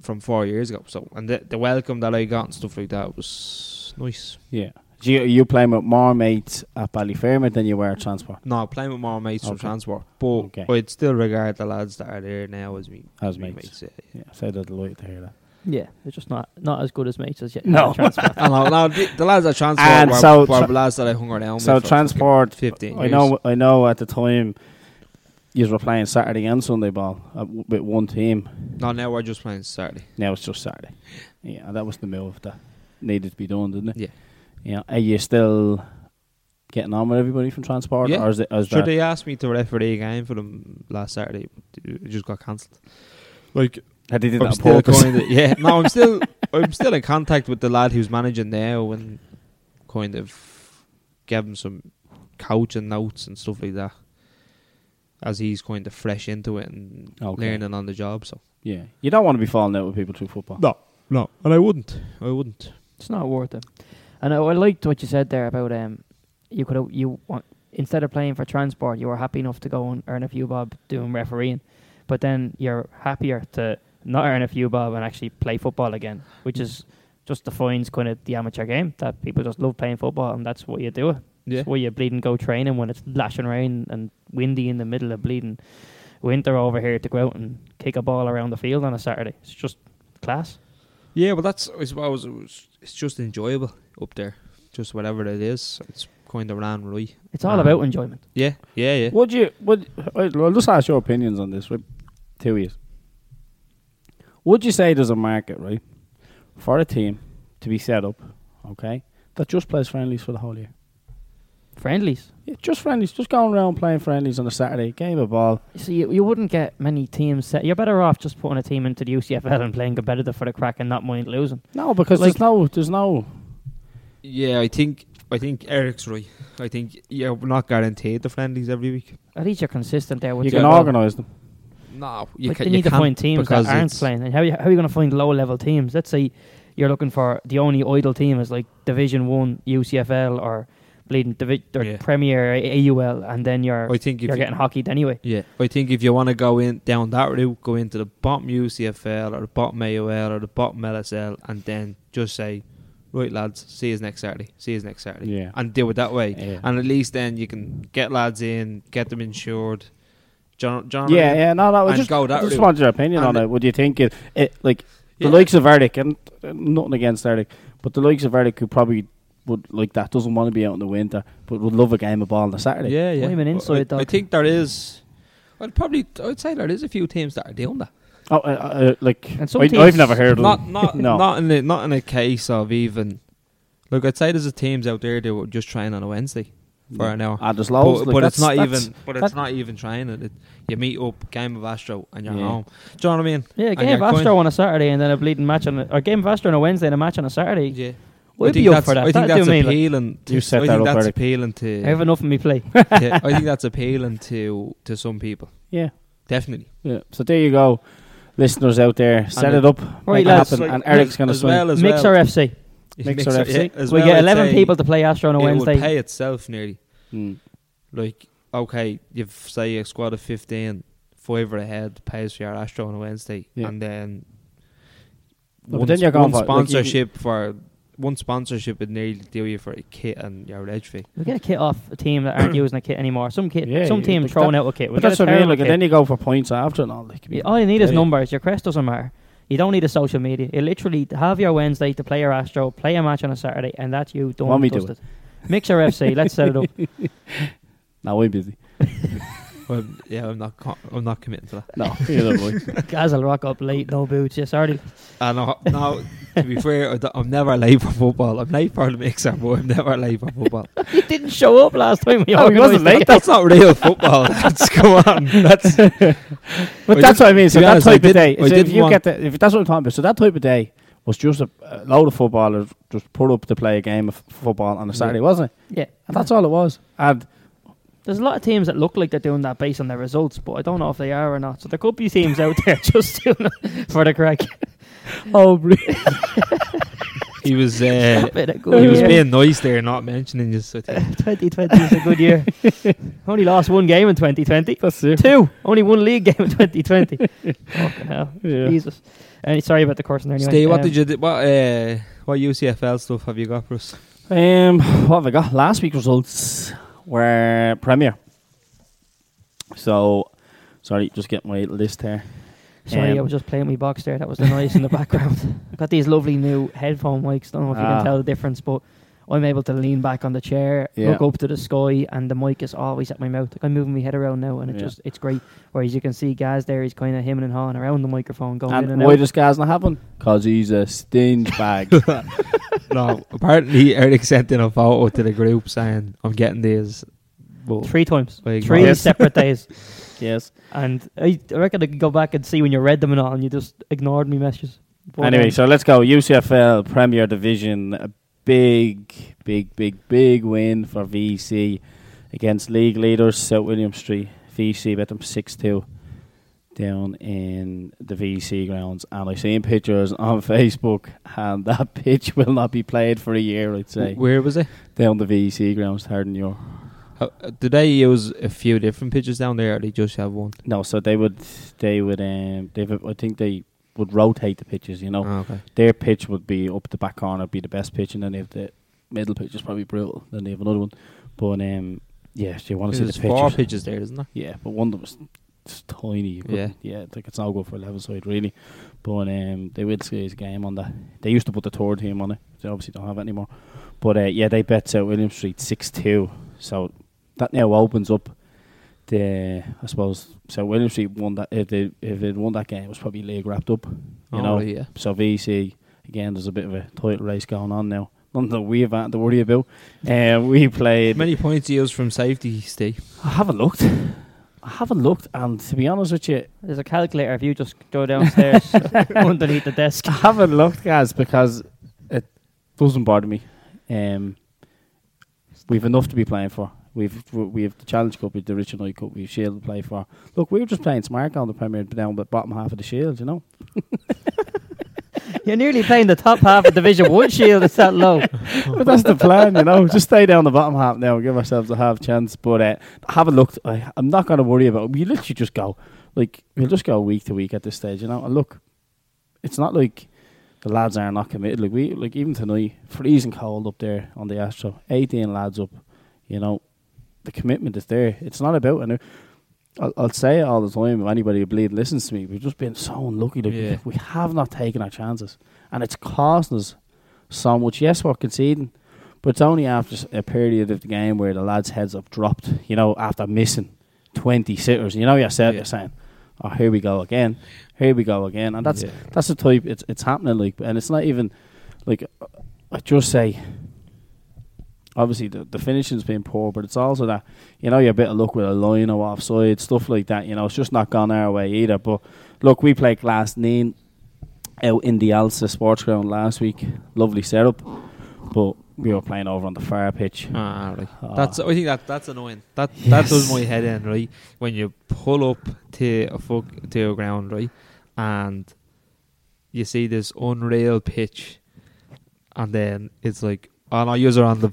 Speaker 2: from four years ago. So and the, the welcome that I got and stuff like that was nice.
Speaker 3: Yeah. So you, you playing with more mates at Ballyfermot than you were at Transport,
Speaker 2: No, playing with more mates from
Speaker 3: Okay.
Speaker 2: Transport, but
Speaker 3: Okay.
Speaker 2: I'd still regard the lads that are there now as me
Speaker 3: as
Speaker 2: me
Speaker 3: mates.
Speaker 2: yeah.
Speaker 3: Yeah, I said I'd like to hear that.
Speaker 1: Yeah, it's just not not as good as mates as yet.
Speaker 3: No.
Speaker 1: Transport.
Speaker 2: I know, no, the, the lads at Transport
Speaker 3: And
Speaker 2: were,
Speaker 3: so
Speaker 2: were
Speaker 3: tra-
Speaker 2: lads that I hung around
Speaker 3: So
Speaker 2: with. for
Speaker 3: Transport,
Speaker 2: 15
Speaker 3: I know, I know. At the time, you were playing Saturday and Sunday ball uh, w- with one team.
Speaker 2: fucking- No, now we're just playing Saturday.
Speaker 3: Now it's just Saturday. Yeah, and that was the move that needed to be done, didn't it?
Speaker 2: Yeah.
Speaker 3: Yeah. Are you still getting on with everybody from Transport,
Speaker 2: Yeah.
Speaker 3: or is it? Is
Speaker 2: Sure,
Speaker 3: that-
Speaker 2: they asked me to referee a game for them last Saturday. but It just got cancelled. Like
Speaker 3: Had they did
Speaker 2: I'm
Speaker 3: that on
Speaker 2: still
Speaker 3: purpose?
Speaker 2: going. To, yeah, no, I'm still. I'm still in contact with the lad who's managing now and kind of gave him some coaching notes and stuff like that as he's kind of fresh into it and
Speaker 3: Okay.
Speaker 2: learning on the job. So
Speaker 3: Yeah, you don't want to be falling out with people through football.
Speaker 2: no, no, and I wouldn't. I wouldn't.
Speaker 1: It's not worth it. And I, I liked what you said there about um, you could you want instead of playing for transport, you were happy enough to go and earn a few bob doing refereeing, but then you're happier to not earn a few bob and actually play football again, which is just defines kind of the amateur game that people just love playing football and that's what you do.
Speaker 2: Yeah,
Speaker 1: It's where you bleeding go training when it's lashing rain and windy in the middle of bleeding winter over here to go out and kick a ball around the field on a Saturday. It's just class.
Speaker 2: yeah, but that's I suppose it was- it's just enjoyable up there. Just whatever it is, it's kind of ran right.
Speaker 1: It's all
Speaker 2: Um,
Speaker 1: about enjoyment.
Speaker 2: Yeah, yeah, yeah.
Speaker 3: Would you? Would I- I'll just ask your opinions on this? Right, two years. Would you say there's a market right for a team to be set up, okay, that just plays friendlies for the whole year?
Speaker 1: Friendlies.
Speaker 3: Yeah, just friendlies, just going around playing friendlies on a Saturday, game of ball.
Speaker 1: So you, you wouldn't get many teams set. You're better off just putting a team into the UCFL and playing competitive for the crack and not mind losing.
Speaker 3: No, because
Speaker 1: Like-
Speaker 3: there's no, there's no.
Speaker 2: Yeah, I think I think Eric's right. I think yeah, we're not guaranteed the friendlies every week.
Speaker 1: At least you're consistent there. With
Speaker 3: You
Speaker 1: your
Speaker 3: can
Speaker 1: goal.
Speaker 3: organise them.
Speaker 2: No, you
Speaker 1: But
Speaker 2: ca-
Speaker 1: you
Speaker 2: you
Speaker 1: need to
Speaker 2: can't
Speaker 1: find teams that
Speaker 2: because
Speaker 1: aren't
Speaker 2: it's-
Speaker 1: playing. And how, you, how are you going to find low-level teams? Let's say you're looking for the only idle team is like Division One UCFL or bleeding Divi- or
Speaker 2: Yeah.
Speaker 1: Premier A- AUL, and then you're
Speaker 2: I think if
Speaker 1: you're
Speaker 2: you-
Speaker 1: getting hockeyed anyway.
Speaker 2: Yeah, I think if you want to go in down that route, go into the bottom UCFL or the bottom AOL or the bottom LSL, and then just say, "Right, lads, see you next Saturday. See you next Saturday."
Speaker 3: Yeah.
Speaker 2: and deal with that way.
Speaker 3: Yeah.
Speaker 2: And at least then you can get lads in, get them insured. John, John
Speaker 3: Yeah, yeah, no, no. I
Speaker 2: And
Speaker 3: just,
Speaker 2: go that
Speaker 3: I just
Speaker 2: route.
Speaker 3: want your opinion
Speaker 2: And
Speaker 3: on it. Would you think it, it like
Speaker 2: Yeah.
Speaker 3: the likes of Erdic, and uh, nothing against Erdic, but the likes of Erdic who probably would like that doesn't want to be out in the winter, but would love a game of ball on a Saturday.
Speaker 2: yeah, yeah.
Speaker 1: Women inside,
Speaker 2: I, I
Speaker 1: dog.
Speaker 2: think there is. I'd probably, I'd say there is a few teams that are doing that.
Speaker 3: Oh, uh, uh, like
Speaker 1: And some
Speaker 3: I,
Speaker 1: teams-
Speaker 3: I've never heard of
Speaker 2: not
Speaker 3: them.
Speaker 2: not
Speaker 3: No.
Speaker 2: not in the, not in a case of even look. I'd say there's a teams out there that were just trying on a Wednesday for an hour,
Speaker 3: Ah, there's loads.
Speaker 2: but,
Speaker 3: like,
Speaker 2: but
Speaker 3: that's
Speaker 2: it's not
Speaker 3: that's-
Speaker 2: even but
Speaker 3: that's-
Speaker 2: it's not even trying it. It- You meet up, game of Astro, and you're
Speaker 3: Yeah.
Speaker 2: home. Do you know what I mean?
Speaker 1: Yeah,
Speaker 2: And
Speaker 1: game of
Speaker 2: you're
Speaker 1: Astro on a Saturday and then a bleeding match on a, or game of Astro on a Wednesday and a match on a Saturday.
Speaker 2: Yeah,
Speaker 1: We'd
Speaker 2: I think
Speaker 1: be up
Speaker 2: that's-
Speaker 1: for that.
Speaker 2: I think
Speaker 1: That'd do
Speaker 2: that's
Speaker 1: me, like,
Speaker 2: appealing. to,
Speaker 3: You set
Speaker 2: I
Speaker 3: that
Speaker 2: think
Speaker 3: up,
Speaker 2: that's
Speaker 3: Eric.
Speaker 2: appealing to.
Speaker 1: I have enough of me play.
Speaker 2: to- I think that's appealing to to some people.
Speaker 3: Yeah,
Speaker 2: Definitely.
Speaker 3: yeah. So there you go, listeners out there. Set
Speaker 2: And
Speaker 3: it up,
Speaker 1: Right,
Speaker 3: make it
Speaker 1: lads.
Speaker 3: happen, and Eric's going to
Speaker 2: as
Speaker 3: swing.
Speaker 2: well as
Speaker 1: Mixer
Speaker 2: well.
Speaker 1: FC.
Speaker 3: Mixer FC.
Speaker 2: yeah, as
Speaker 1: we
Speaker 2: well,
Speaker 1: get
Speaker 2: I'd
Speaker 1: 11
Speaker 2: say
Speaker 1: people to play Astro on a
Speaker 2: it
Speaker 1: Wednesday.
Speaker 2: would pay itself nearly.
Speaker 3: Mm.
Speaker 2: like okay, you've say a squad of fifteen, five are ahead pays for your Astro on a Wednesday,
Speaker 3: Yeah.
Speaker 2: and then
Speaker 3: No, but then you're going
Speaker 2: one
Speaker 3: for- like, you-
Speaker 2: sponsorship for one sponsorship would nearly do you for a kit and your reg fee.
Speaker 1: We get a kit off a team that aren't using a kit anymore. Some kit,
Speaker 3: Yeah,
Speaker 1: some
Speaker 3: you-
Speaker 1: team
Speaker 3: like
Speaker 1: throwing
Speaker 3: that-
Speaker 1: out a kit. We
Speaker 3: But
Speaker 1: get
Speaker 3: that's
Speaker 1: a
Speaker 3: what I mean.
Speaker 1: terrible
Speaker 3: Like, and
Speaker 1: kit.
Speaker 3: then you go for points after and all. Like,
Speaker 1: Yeah, all you need is
Speaker 3: Yeah.
Speaker 1: numbers. Your crest doesn't matter. You don't need a social media. You literally have your Wednesday to play your Astro, play a match on a Saturday, and that's you done.
Speaker 3: Why
Speaker 1: and
Speaker 3: we do
Speaker 1: dusted. Mix your FC. Let's set it up.
Speaker 3: now we're busy.
Speaker 2: Well, yeah, I'm not co- I'm not committing to that.
Speaker 3: No, you know, boy.
Speaker 1: Guys will rock up late, no boots. Yes, already.
Speaker 2: And I, now, to be fair, I don't- I'm never late for football. I'm late for the mixer, but I'm never late for football.
Speaker 1: He didn't show up last time. We
Speaker 3: Oh, he
Speaker 1: organised
Speaker 3: wasn't
Speaker 1: it.
Speaker 3: late.
Speaker 2: That's not real football. That's come on. That's
Speaker 3: But
Speaker 2: I
Speaker 3: that's what I mean.
Speaker 2: to
Speaker 3: So
Speaker 2: be
Speaker 3: that
Speaker 2: honest, I
Speaker 3: type of
Speaker 2: did-
Speaker 3: day.
Speaker 2: I
Speaker 3: so
Speaker 2: did
Speaker 3: if you
Speaker 2: want-
Speaker 3: get the, if that's what I'm talking about. So that type of day was just a, a load of footballers just put up to play a game of f- football on a Saturday, wasn't it?
Speaker 1: Yeah,
Speaker 3: And that's all it was. And
Speaker 1: there's a lot of teams that look like they're doing that based on their results, but I don't know if they are or not. So there could be teams out there just doing it for the crack.
Speaker 3: oh,
Speaker 2: he was. Uh,
Speaker 1: Bit of good
Speaker 2: he was
Speaker 1: year.
Speaker 2: being nice there, not mentioning you. So I think-
Speaker 1: 2020 is a good year. Only lost one game in 2020.
Speaker 3: that's it.
Speaker 1: Two. Only one league game in 2020. Fucking hell.
Speaker 3: Yeah.
Speaker 1: Jesus. And sorry about the course there anyway.
Speaker 2: Steve, what
Speaker 1: Um,
Speaker 2: did you do? What uh, what UCFL stuff have you got for us?
Speaker 3: Um, what have I got? Last week's results were Premier. So, sorry, just get my list here.
Speaker 1: Sorry,
Speaker 3: um,
Speaker 1: I was just playing my box there. That was the noise in the background. Got these lovely new headphone mics. Don't know if you
Speaker 3: Ah.
Speaker 1: can tell the difference, but I'm able to lean back on the chair,
Speaker 3: Yeah.
Speaker 1: look up to the sky, and the mic is always at my mouth. Like I'm moving my head around now, and it
Speaker 3: Yeah.
Speaker 1: just it's great. Whereas you can see Gaz there, he's kind of hemming and hawing around the microphone, going in
Speaker 3: And
Speaker 1: and
Speaker 3: why
Speaker 1: out.
Speaker 3: does Gaz not have one? Because he's a stinge bag.
Speaker 2: No, apparently Eric sent in a photo to the group saying, "I'm getting these." But
Speaker 1: Three times,
Speaker 2: There you go.
Speaker 1: three
Speaker 3: Yes.
Speaker 1: separate days.
Speaker 3: yes.
Speaker 1: And I, I reckon I could go back and see when you read them and all, and you just ignored me messages. But,
Speaker 3: anyway,
Speaker 1: um,
Speaker 3: so let's go. UCFL Premier Division. A big, big, big, big win for VC against league leaders South William Street. VC bet them 6 2 down in the VC grounds. And I've seen pictures on Facebook, and that pitch will not be played for a year, I'd say.
Speaker 2: Where was it?
Speaker 3: down the VC grounds, Harden York.
Speaker 2: How, uh, did they use a few different pitches down there, or they just have one?
Speaker 3: No, so they would, they would, um, they would, I think they would rotate the pitches, you know.
Speaker 2: Ah, okay.
Speaker 3: their pitch would be up the back corner, be the best pitch, and then they have the middle pitch is probably brutal. Then they have another one, but um, yeah, so you want to see the
Speaker 2: There's four
Speaker 3: pictures.
Speaker 2: pitches there, isn't there?
Speaker 3: yeah, but one that was it's tiny. you couldn't-
Speaker 2: Yeah.
Speaker 3: yeah, like it's not good for eleven side really. But um, they will squeeze a game on that. They used to put the third team on it. They obviously don't have it anymore. But uh, yeah, they bet South William Street six two. So that now opens up. The I suppose South William Street won that if they if they'd won that game it was probably league wrapped up. You
Speaker 2: Oh,
Speaker 3: know,
Speaker 2: right, yeah.
Speaker 3: so VC again, there's a bit of a title race going on now. None that we've had to worry about. Uh, we played.
Speaker 2: Many points he used from safety, Steve.
Speaker 3: I haven't looked. I haven't looked, and to be honest with you,
Speaker 1: There's a calculator if you just go downstairs underneath the desk.
Speaker 3: I haven't looked, guys, because it doesn't bother me. Um, we've enough to be playing for. We've we have the Challenge Cup, we've the Richard Knight Cup, we've Shield to play for. Look, we were just playing smart on the Premier down the bottom half of the Shield, you know.
Speaker 1: You're nearly playing the top half of Division One Shield. It's that low.
Speaker 3: but that's the plan, you know. Just stay down the bottom half now, give ourselves a half chance. But uh, have a look. I, I'm not going to worry about. it. We literally just go, like we'll just go week to week at this stage, you know. And look, it's not like the lads are not committed. Like we, like even tonight, freezing cold up there on the Astro, 18 lads up. You know, the commitment is there. It's not about and. I'll, I'll say it all the time. If anybody who bleed listens to me, we've just been so unlucky. Like
Speaker 2: Yeah.
Speaker 3: we have not taken our chances, and it's costing us so much. Yes, we're conceding, but it's only after s- a period of the game where the lads' heads have dropped, you know, after missing 20 sitters. You know yourself,
Speaker 2: Yeah.
Speaker 3: you're saying, oh, here we go again, here we go again. And that's
Speaker 2: Yeah.
Speaker 3: that's the type, it's, it's happening, like, and it's not even, like, I just say, obviously the, the finishing's been poor, but it's also that, you know, your bit of luck with a line or offside, stuff like that, you know, it's just not gone our way either. But look, we played Glass Neen out in the Alsa Sports Ground last week. Lovely setup, but we were playing over on the far pitch.
Speaker 2: Ah, right.
Speaker 3: Ah.
Speaker 2: That's I think that that's annoying. That
Speaker 3: Yes.
Speaker 2: that does my head in right when you pull up to a fuck to a ground right, and you see this unreal pitch, and then it's like. Oh no, user on the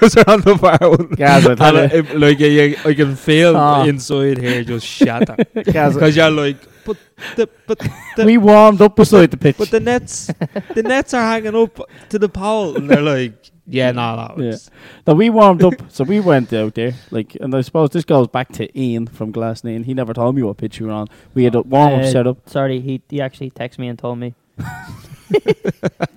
Speaker 2: user on the far one.
Speaker 3: Guys, I
Speaker 2: And
Speaker 3: tell
Speaker 2: I- it- like you- you- I can feel
Speaker 3: Ah.
Speaker 2: inside here just shatter
Speaker 3: Guys,
Speaker 2: because you're like, but the but the
Speaker 3: we warmed up beside the pitch.
Speaker 2: but the nets the nets are hanging up to the pole, and they're like, yeah, no, no,
Speaker 3: Yeah.
Speaker 2: it's-
Speaker 3: No, we warmed up, so we went out there. Like, and I suppose this goes back to Ian from Glasneen. He never told me what pitch we were on. We had a warm up
Speaker 1: Uh,
Speaker 3: set up.
Speaker 1: Sorry, he he actually texted me and told me.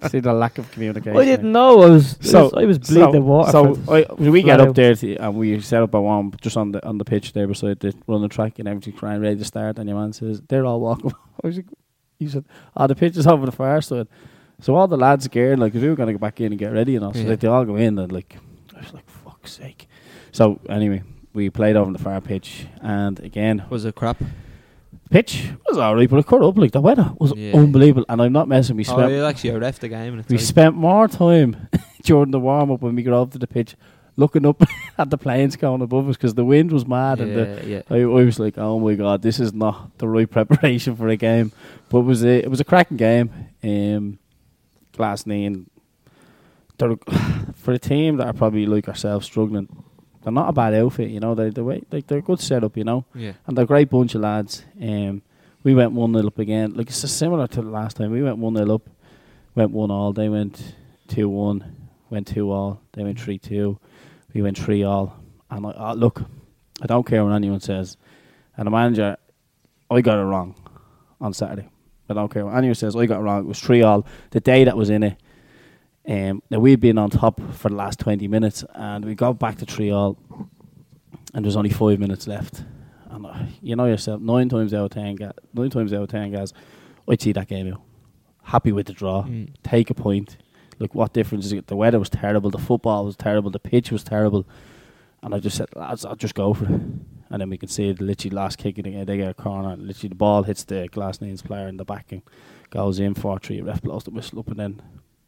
Speaker 3: See the lack of communication.
Speaker 1: I didn't know. I was
Speaker 3: So-
Speaker 1: I was, I was bleeding
Speaker 3: so,
Speaker 1: the water.
Speaker 3: So I, we get
Speaker 1: Flat
Speaker 3: up
Speaker 1: out.
Speaker 3: there to, and we set up a warm just on the on the pitch there beside the running track and everything's crying ready to start. And your man says they're all walking. I was like, he said, "Oh, the pitch is over the far side." So all the lads scared, like 'cause we were going to go back in and get ready, you know. So
Speaker 2: Yeah.
Speaker 3: like, they all go in and like, I was like, "Fuck's sake!" So anyway, we played over on the far pitch, and again,
Speaker 2: was a crap.
Speaker 3: pitch was alright, but it cut up like the weather was
Speaker 2: Yeah.
Speaker 3: unbelievable, and I'm not messing. We
Speaker 2: Oh,
Speaker 3: spent
Speaker 2: yeah, actually, I ref the game. And it's
Speaker 3: we
Speaker 2: like-
Speaker 3: spent more time during the warm up when we got off to the pitch looking up at the planes going above us because the wind was mad and the,
Speaker 2: yeah, yeah.
Speaker 3: I, I was like, oh my god, this is not the right preparation for a game. But it was a, it was a cracking game. Um, last name they're, for a team that are probably like ourselves struggling. They're not a bad outfit, you know. They they wait like they're a good setup, you know
Speaker 2: yeah.
Speaker 3: and they're a great bunch of lads. Um, we went one nil up again. Like it's similar to the last time. We went one nil up, went one all. They went two one, went two all. They went three two. We went three all. And I, I, look, I don't care what anyone says. And the manager, I got it wrong on Saturday. I don't care what anyone says. I got it wrong. It was three all. The day that was in it. Um, now we'd been on top for the last twenty minutes, and we got back to three all, and there's only five minutes left. And uh, you know yourself, nine times out of ten, ga- nine times out of ten, guys, I'd see that game out. Happy with the draw,
Speaker 2: Mm.
Speaker 3: take a point. Look, what difference is it? The weather was terrible, the football was terrible, the pitch was terrible, and I just said, lads, I'll just go for it. and then we can see the literally last kick and they, they get a corner and literally the ball hits the glass nails player in the back and goes in for three ref blows the whistle up and then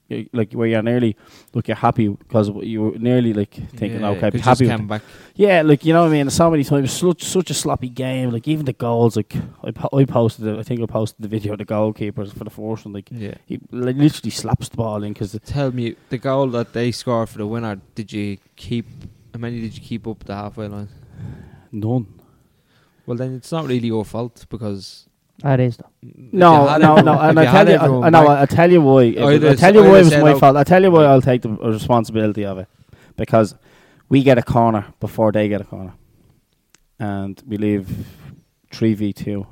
Speaker 3: you- like where you're nearly look you're happy because you were nearly like thinking okay
Speaker 2: could
Speaker 3: be
Speaker 2: just
Speaker 3: happy with
Speaker 2: come back.
Speaker 3: yeah, like you know what I mean. So many times, such such a sloppy game. Like even the goals, like I, po- I posted, it, I think I posted the video of the goalkeepers for the first one. Like
Speaker 2: Yeah.
Speaker 3: he li- literally slaps the ball in because
Speaker 2: Tell me the goal that they scored for the winner. Did you keep? How many did you keep up the halfway line?
Speaker 3: none.
Speaker 2: Well, then it's not really your fault because
Speaker 1: That Ah, is though.
Speaker 2: if you
Speaker 3: No,
Speaker 2: had
Speaker 3: no,
Speaker 2: everyone-
Speaker 3: no.
Speaker 2: if
Speaker 3: And I
Speaker 2: had
Speaker 3: tell you,
Speaker 2: everyone
Speaker 3: I, I know.
Speaker 2: back-
Speaker 3: I tell you why. it was- I
Speaker 2: I'd
Speaker 3: tell you
Speaker 2: have-
Speaker 3: why
Speaker 2: I'd
Speaker 3: it was
Speaker 2: have
Speaker 3: my
Speaker 2: said,
Speaker 3: fault. I tell you why I'll take the responsibility of it because we get a corner before they get a corner, and we leave three v two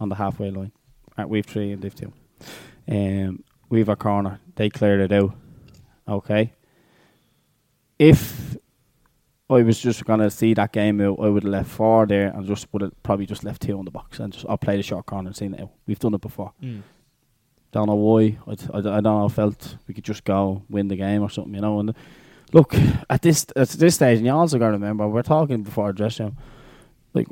Speaker 3: on the halfway line. Uh, We've three and they've two. Um, we've a corner. They cleared it out. Okay. If I was just gonna see that game out, I would have left four there and just would have probably just left two on the box and just I'll play the short corner and seen it out. We've done it before.
Speaker 2: Mm.
Speaker 3: Don't know why. I, I, I don't know. I felt we could just go win the game or something, you know. And look at this at this stage, and you also got to remember we're talking before our dress room. Like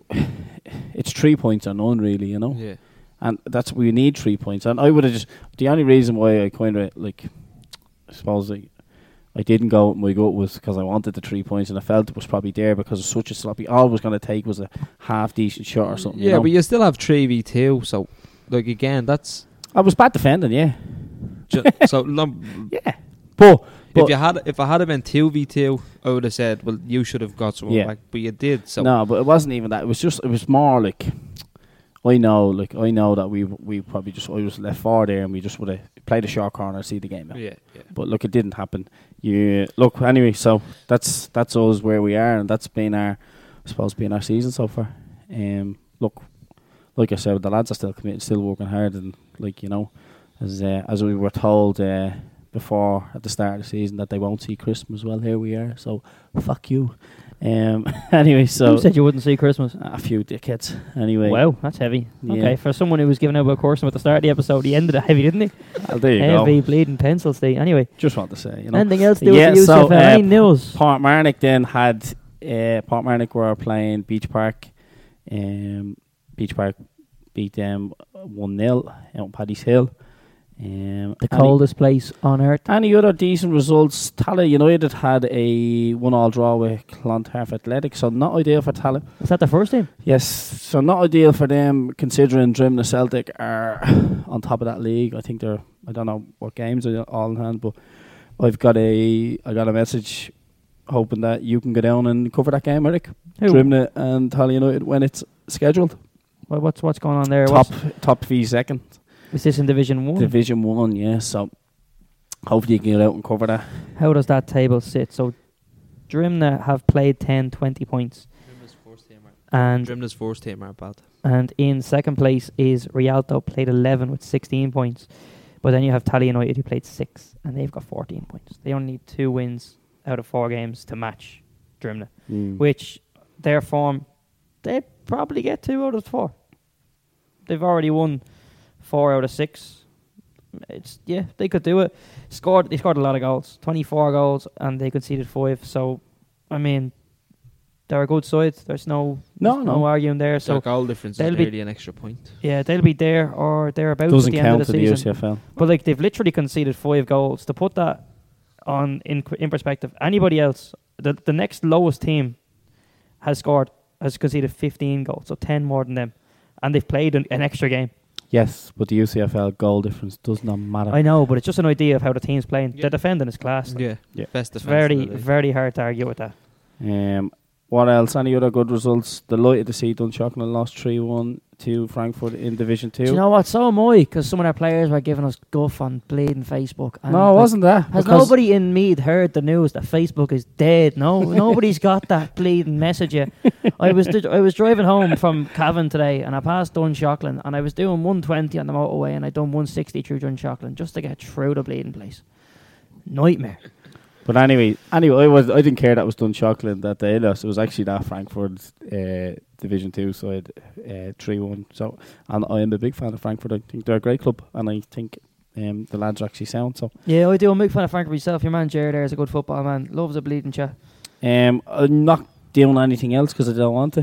Speaker 3: it's three points or none, really, you know
Speaker 2: Yeah.
Speaker 3: and that's we need three points. And I would have just the only reason why I kind of like, I suppose like, I didn't go with my gut was because I wanted the three points, and I felt it was probably there because it's such a sloppy. All it was going to take was a half decent shot or something.
Speaker 2: Yeah,
Speaker 3: you know?
Speaker 2: but you still have three v two. So, like again, that's
Speaker 3: I was bad defending, yeah,
Speaker 2: ju- so. Num-
Speaker 3: yeah. But
Speaker 2: if
Speaker 3: But-
Speaker 2: you had, if I had been two v two, I would have said, "Well, you should have got someone
Speaker 3: Yeah.
Speaker 2: back," but you did. So
Speaker 3: no, but it wasn't even that. It was just it was more like. I know, like I know that we we probably just I was left far there, and we just would have played a short corner, see the game out.
Speaker 2: yeah, yeah.
Speaker 3: But look, it didn't happen. You look anyway. So that's that's always where we are, and that's been our, I suppose, been our season so far. Um, look, like I said, the lads are still committed, still working hard, and like you know, as uh, as we were told uh, before at the start of the season that they won't see Christmas. Well, here we are. So fuck you. Um, anyway, so
Speaker 1: Who said you wouldn't see Christmas?
Speaker 3: a few dickheads. Anyway,
Speaker 1: Wow, that's heavy.
Speaker 3: Yeah.
Speaker 1: Okay, for someone who was giving out about Corson at the start of the episode, he ended it heavy, didn't he?
Speaker 3: well, there you
Speaker 1: heavy
Speaker 3: go.
Speaker 1: bleeding pencil, Steve. Anyway,
Speaker 3: Just want to say, you know,
Speaker 1: anything else to do
Speaker 3: Yeah,
Speaker 1: with the
Speaker 3: so,
Speaker 1: UCFL? Any
Speaker 3: uh,
Speaker 1: news?
Speaker 3: Port Marnock then had uh, Port Marnock were playing Beach Park. Um, Beach Park beat them one 0 out in Paddy's Hill. Um,
Speaker 1: The
Speaker 3: any-
Speaker 1: coldest place on earth.
Speaker 3: Any other decent results? Tala United had a one-all draw with Clontarf Athletic, so not ideal for Tala.
Speaker 1: Is that the first team?
Speaker 3: Yes, so not ideal for them considering Drimna Celtic are on top of that league. I think they're I don't know what games are all in hand, but I've got a I got a message hoping that you can go down and cover that game, Eric. Drimna and Tally United when it's scheduled.
Speaker 1: Wha- What's what's going on there?
Speaker 3: top
Speaker 1: What's-
Speaker 3: top V second.
Speaker 1: Is this in Division
Speaker 3: Oh.
Speaker 1: One?
Speaker 3: Division one, yeah, so hopefully you can get out and cover that.
Speaker 1: How does that table sit? So, Drimna have played 10, 20 points,
Speaker 2: Drimna's first team are-
Speaker 1: and
Speaker 2: Drimna's first team are bad.
Speaker 1: and in second place is Rialto played eleven with sixteen points, but then you have Tally United who played six and they've got fourteen points. They only need two wins out of four games to match Drimna,
Speaker 3: Hmm.
Speaker 1: which their form they probably get two out of four. They've already won four out of six. It's yeah, they could do it. Scored they scored a lot of goals, twenty four goals, and they conceded five. So, I mean, they're a good side. There's no
Speaker 3: No,
Speaker 1: there's
Speaker 3: no.
Speaker 1: arguing there. So
Speaker 2: Their goal difference is
Speaker 1: they'll be-
Speaker 2: nearly an extra point.
Speaker 1: yeah, they'll be there or thereabouts at
Speaker 3: Doesn't
Speaker 1: the end
Speaker 3: count
Speaker 1: of
Speaker 3: to
Speaker 1: the
Speaker 3: the
Speaker 1: season.
Speaker 3: UCFL.
Speaker 1: But like they've literally conceded five goals. To put that on in in perspective, anybody else, the the next lowest team has scored has conceded fifteen goals, so ten more than them, and they've played an, an extra game.
Speaker 3: Yes, but the UCFL goal difference does not matter.
Speaker 1: I know, but it's just an idea of how the team's playing.
Speaker 2: Yeah.
Speaker 1: They're defending is class.
Speaker 2: Yeah.
Speaker 3: Yeah.
Speaker 2: Best
Speaker 1: It's
Speaker 2: defense.
Speaker 1: very
Speaker 2: in the league.
Speaker 1: very hard to argue with that.
Speaker 3: Um, what else? Any other good results? Delighted to see Dunshaughlin lost 3 1 to Frankfurt in Division 2.
Speaker 1: Do you know what? So am I, because some of our players were giving us guff on bleeding Facebook. And
Speaker 3: no, it wasn't that.
Speaker 1: Has
Speaker 3: because
Speaker 1: nobody in Mead heard the news that Facebook is dead? No, nobody's got that bleeding message yet. I was I was driving home from Cavan today, and I passed Dunshaughlin, and I was doing 120 on the motorway, and I done 160 through Dunshaughlin just to get through the bleeding place. Nightmare.
Speaker 3: But anyway, anyway, I was I didn't care that it was Dunshaughlin that they lost. It was actually that Frankfurt uh, Division Two side uh, three one. So, and I am a big fan of Frankfurt. I think they're a great club, and I think um, the lads are actually sound. So,
Speaker 1: Yeah, I do. I'm a big fan of Frank myself. Your man Jared there is a good football man. Loves a bleeding chat.
Speaker 3: um, I'm not doing anything else because I don't want to.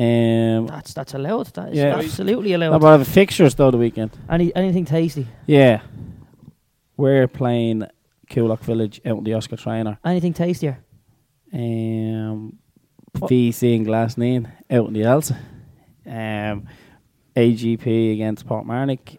Speaker 3: Um,
Speaker 1: That's that's allowed. That is
Speaker 3: Yeah.
Speaker 1: absolutely
Speaker 3: no,
Speaker 1: allowed.
Speaker 3: but I have fixtures though the weekend.
Speaker 1: Any anything tasty,
Speaker 3: Yeah, we're playing Coolock Village out in the Oscar Trainer.
Speaker 1: anything tastier.
Speaker 3: Um,
Speaker 1: What?
Speaker 3: VC and Glasneen out in the Elsa. Um, AGP against Port Marnock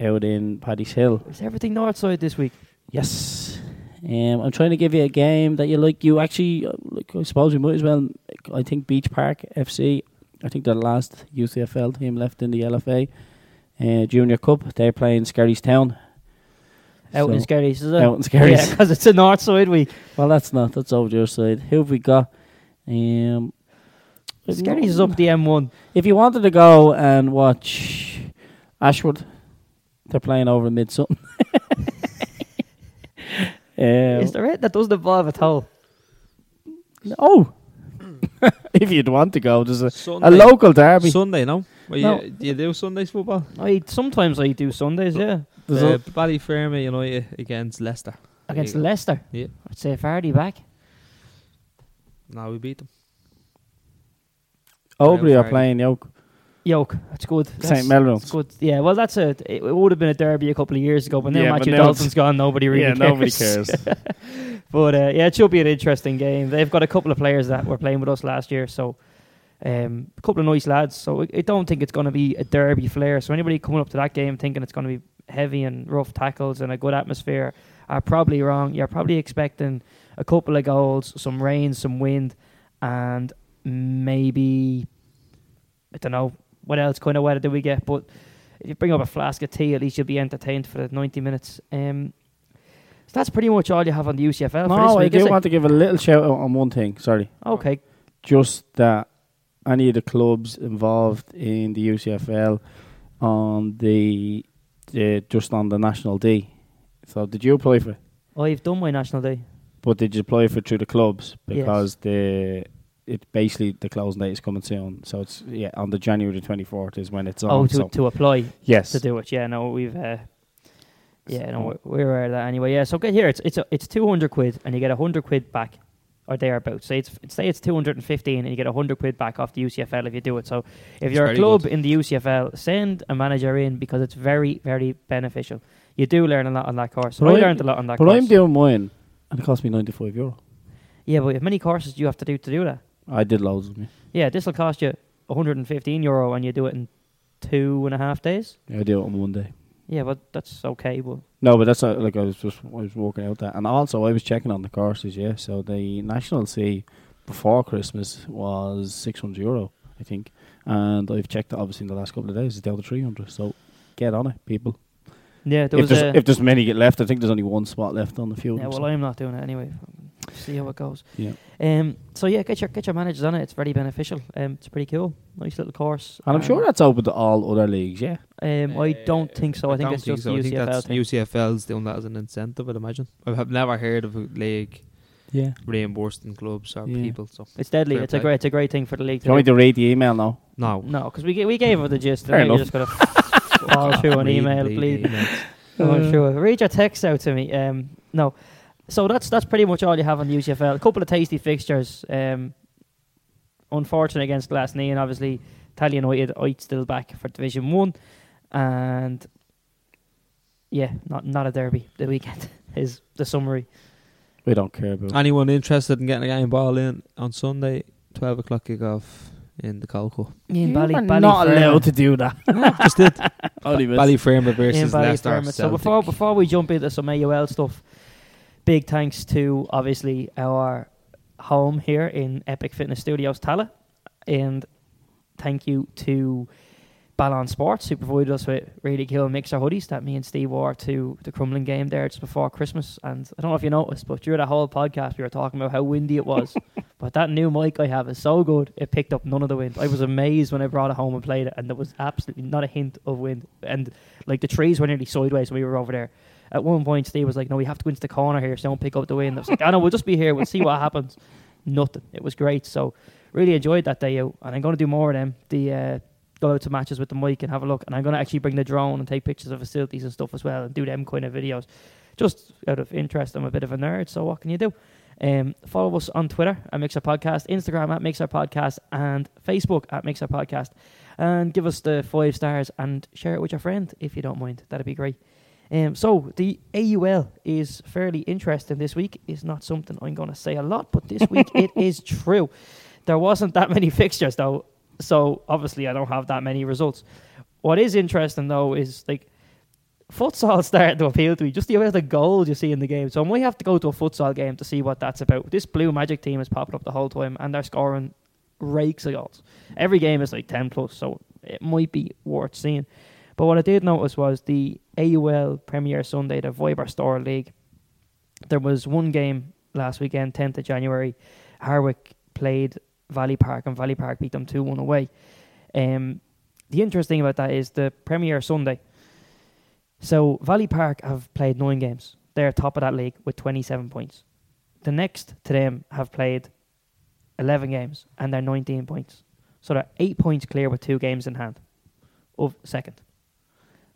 Speaker 3: out in Paddy's Hill.
Speaker 1: Is everything north side this week?
Speaker 3: Yes. Um, I'm trying to give you a game that you like. You actually, uh, like, I suppose we might as well. I think Beach Park FC. I think they're the last UCFL team left in the LFA uh, Junior Cup. They're playing Skerry's Town.
Speaker 1: Out in
Speaker 3: So-
Speaker 1: Skerries, is it?
Speaker 3: out in Skerries.
Speaker 1: Yeah, because it's a north side week.
Speaker 3: Well, that's not. That's over your side. Who have we got? Um,
Speaker 1: Skerries is up the M1.
Speaker 3: If you wanted to go and watch Ashwood, they're playing over in mid something. Um,
Speaker 1: Is there it that doesn't involve at all?
Speaker 3: Oh, if you'd want to go, there's a,
Speaker 2: Sunday.
Speaker 3: a local derby.
Speaker 2: Sunday, no? Well,
Speaker 3: No.
Speaker 2: You, do you do Sundays football?
Speaker 1: I Oh, sometimes I do Sundays, yeah.
Speaker 3: There's
Speaker 2: uh,
Speaker 3: a-
Speaker 2: Ballyfermot United against Leicester. There
Speaker 1: Against
Speaker 2: you go.
Speaker 1: Leicester.
Speaker 2: Yeah.
Speaker 1: I'd say Fardy back.
Speaker 2: No, we beat them.
Speaker 3: Obrey are
Speaker 2: Friday.
Speaker 3: playing Yoke.
Speaker 1: Yoke, that's good. That's-
Speaker 3: St Melrose.
Speaker 1: That's good. Yeah, well, that's a. It, it would have been a derby a couple of years ago, but now
Speaker 3: Yeah, but
Speaker 1: Matthew
Speaker 3: now
Speaker 1: Dalton's
Speaker 3: it's-
Speaker 1: gone. Nobody really cares. but uh, yeah, it should be an interesting game. They've got a couple of players that were playing with us last year, so um, a couple of nice lads. So I, I don't think it's going to be a derby flair. So anybody coming up to that game thinking it's going to be heavy and rough tackles and a good atmosphere are probably wrong. You're probably expecting a couple of goals, some rain, some wind, and maybe I don't know what else kind of weather do we get, but. If you bring up a flask of tea, at least you'll be entertained for the 90 minutes. Um, so that's pretty much all you have on the UCFL for this
Speaker 3: no, I
Speaker 1: week, is
Speaker 3: do
Speaker 1: it?
Speaker 3: want to give a little shout out on one thing. Sorry,
Speaker 1: Okay,
Speaker 3: just that any of the clubs involved in the UCFL on the uh, just on the national day. So did you apply for? it?
Speaker 1: I've done my national day.
Speaker 3: But did you apply for it through the clubs
Speaker 1: Yes.
Speaker 3: because the it basically the closing date is coming soon. So it's yeah on the January twenty fourth is when it's on.
Speaker 1: oh, to,
Speaker 3: so-
Speaker 1: to apply
Speaker 3: yes,
Speaker 1: to do it. Yeah, no, we've. Uh, yeah, no, we're- we're aware of that anyway. Yeah, so get here. It's it's a, it's two hundred quid, and you get hundred quid back, or thereabouts. Say it's say it's two hundred and fifteen, and you get hundred quid back off the UCFL if you do it. So if
Speaker 2: It's
Speaker 1: you're a
Speaker 2: very
Speaker 1: club
Speaker 2: good.
Speaker 1: in the UCFL, send a manager in because it's very very beneficial. You do learn a lot on that course.
Speaker 3: But
Speaker 1: I
Speaker 3: I'm-
Speaker 1: learned a lot on that
Speaker 3: But
Speaker 1: course.
Speaker 3: I'm doing mine, and it cost me ninety five euro.
Speaker 1: yeah, but how many courses do you have to do to do that?
Speaker 3: I did loads of them.
Speaker 1: Yeah, this will cost you 115 euro and you do it in two and a half days.
Speaker 3: yeah. I did it on one day.
Speaker 1: Yeah, but that's okay. But
Speaker 3: No, but that's not, like I was just I was working out that, and also I was checking on the courses. Yeah, so the national C before Christmas was six hundred euro, I think, and I've checked that obviously in the last couple of days it's down to three hundred. So get on it, people.
Speaker 1: yeah, there
Speaker 3: if
Speaker 1: was
Speaker 3: there's
Speaker 1: a.
Speaker 3: if there's many get left, I think there's only one spot left on the field.
Speaker 1: yeah,
Speaker 3: or
Speaker 1: well,
Speaker 3: something.
Speaker 1: I'm not doing it anyway. See how it goes.
Speaker 3: yeah.
Speaker 1: Um, so yeah, get your get your managers on it. It's very beneficial. Um, it's pretty cool. Nice little course.
Speaker 3: And I'm sure that's open to all other leagues, yeah.
Speaker 1: Um, I don't think so. I, think
Speaker 2: don't
Speaker 1: it's just
Speaker 2: so.
Speaker 1: the
Speaker 2: I think
Speaker 1: UCFL
Speaker 2: that's
Speaker 1: thing.
Speaker 2: UCFL's doing that as an incentive, I'd imagine. I've never heard of a league
Speaker 3: Yeah.
Speaker 2: reimbursing clubs or
Speaker 3: Yeah.
Speaker 2: people. So
Speaker 1: It's deadly.
Speaker 2: Fair
Speaker 1: It's a
Speaker 2: play.
Speaker 1: great. It's a great thing for the league.
Speaker 3: Do you want me
Speaker 1: do.
Speaker 3: to read the email now?
Speaker 2: no,
Speaker 1: No, because we ga- we gave her the gist.
Speaker 3: Fair
Speaker 1: and now
Speaker 3: enough.
Speaker 1: you're just gonna fall through an
Speaker 2: Read-
Speaker 1: email,
Speaker 2: read
Speaker 1: bleed.
Speaker 2: emails.
Speaker 1: Oh, I'm
Speaker 3: Uh,
Speaker 1: sure. Read your text out to me. Um, no, so that's that's pretty much all you have on the UCFL. A couple of tasty fixtures. Um, unfortunate against Glasney, and obviously Tally United Oit still back for Division One, and yeah, not not a derby. The weekend is the summary.
Speaker 3: We don't care about it.
Speaker 2: Anyone interested in getting a game ball in on Sunday, twelve o'clock kick off in the Calco.
Speaker 1: Ian Bally-
Speaker 3: You're
Speaker 1: Ballyfermot-
Speaker 3: not allowed to do that.
Speaker 2: Just did.
Speaker 3: Only with-
Speaker 2: Ballyfermot versus
Speaker 1: Ian Barry
Speaker 2: Leicester.
Speaker 1: Fermot. So
Speaker 2: Celtic.
Speaker 1: before before we jump into some AUL stuff, big thanks to obviously our home here in Epic Fitness Studios Tala, and thank you to Ballon Sports who provided us with really cool mixer hoodies that me and Steve wore to the Crumbling game there just before Christmas. And I don't know if you noticed, but during the whole podcast we were talking about how windy it was. but that new mic I have is so good; it picked up none of the wind. I was amazed when I brought it home and played it, and there was absolutely not a hint of wind. And like the trees were nearly sideways when we were over there. At one point, Steve was like, "No, we have to go into the corner here, so don't pick up the wind." I was like, "I know, we'll just be here. We'll see what happens." Nothing. It was great. So really enjoyed that day out, and I'm going to do more of them. The uh, go out to matches with the mic and have a look, and I'm going to actually bring the drone and take pictures of facilities and stuff as well, and do them kind of videos, just out of interest. I'm a bit of a nerd, so what can you do? Um, follow us on Twitter at Mixer Podcast, Instagram at Mixer Podcast, and Facebook at Mixer Podcast. And give us the five stars and share it with your friend if you don't mind. That'd be great. Um, so the AUL is fairly interesting this week. It's not something I'm going to say a lot, but this week it is true. There wasn't that many fixtures though, so obviously I don't have that many results. What is interesting though is like futsal started to appeal to me. Just the amount of goals you see in the game. So I might have to go to a futsal game to see what that's about. This Blue Magic team is popping up the whole time, and they're scoring rakes of goals. Every game is like ten plus, so it might be worth seeing. But what I did notice was the AUL Premier Sunday, the Viber Store League. There was one game last weekend, 10th of January. Harwick played Valley Park, and Valley Park beat them 2 1 away. Um, the interesting about that is the Premier Sunday. So Valley Park have played nine games. They're top of that league with 27 points. The next to them have played 11 games, and they're 19 points. So they're eight points clear with two games in hand of second.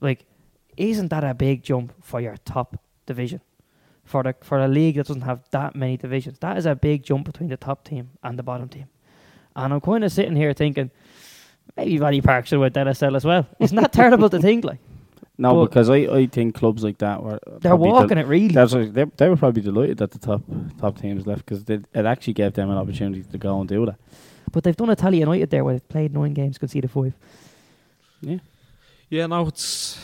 Speaker 1: Like, isn't that a big jump for your top division? For the for a league that doesn't have that many divisions, that is a big jump between the top team and the bottom team. And I'm kind of sitting here thinking, maybe Valley Park should win NSL as well. It's not terrible to think like
Speaker 3: No,
Speaker 1: But-
Speaker 3: because I, I think clubs like that were
Speaker 1: they're
Speaker 3: probably del-
Speaker 1: walking it really.
Speaker 3: That's what- they, they were probably delighted that the top top teams left because it actually gave them an opportunity to go and do that.
Speaker 1: But they've done Italy United there where they've played nine games, conceded five.
Speaker 2: Yeah, no, it's.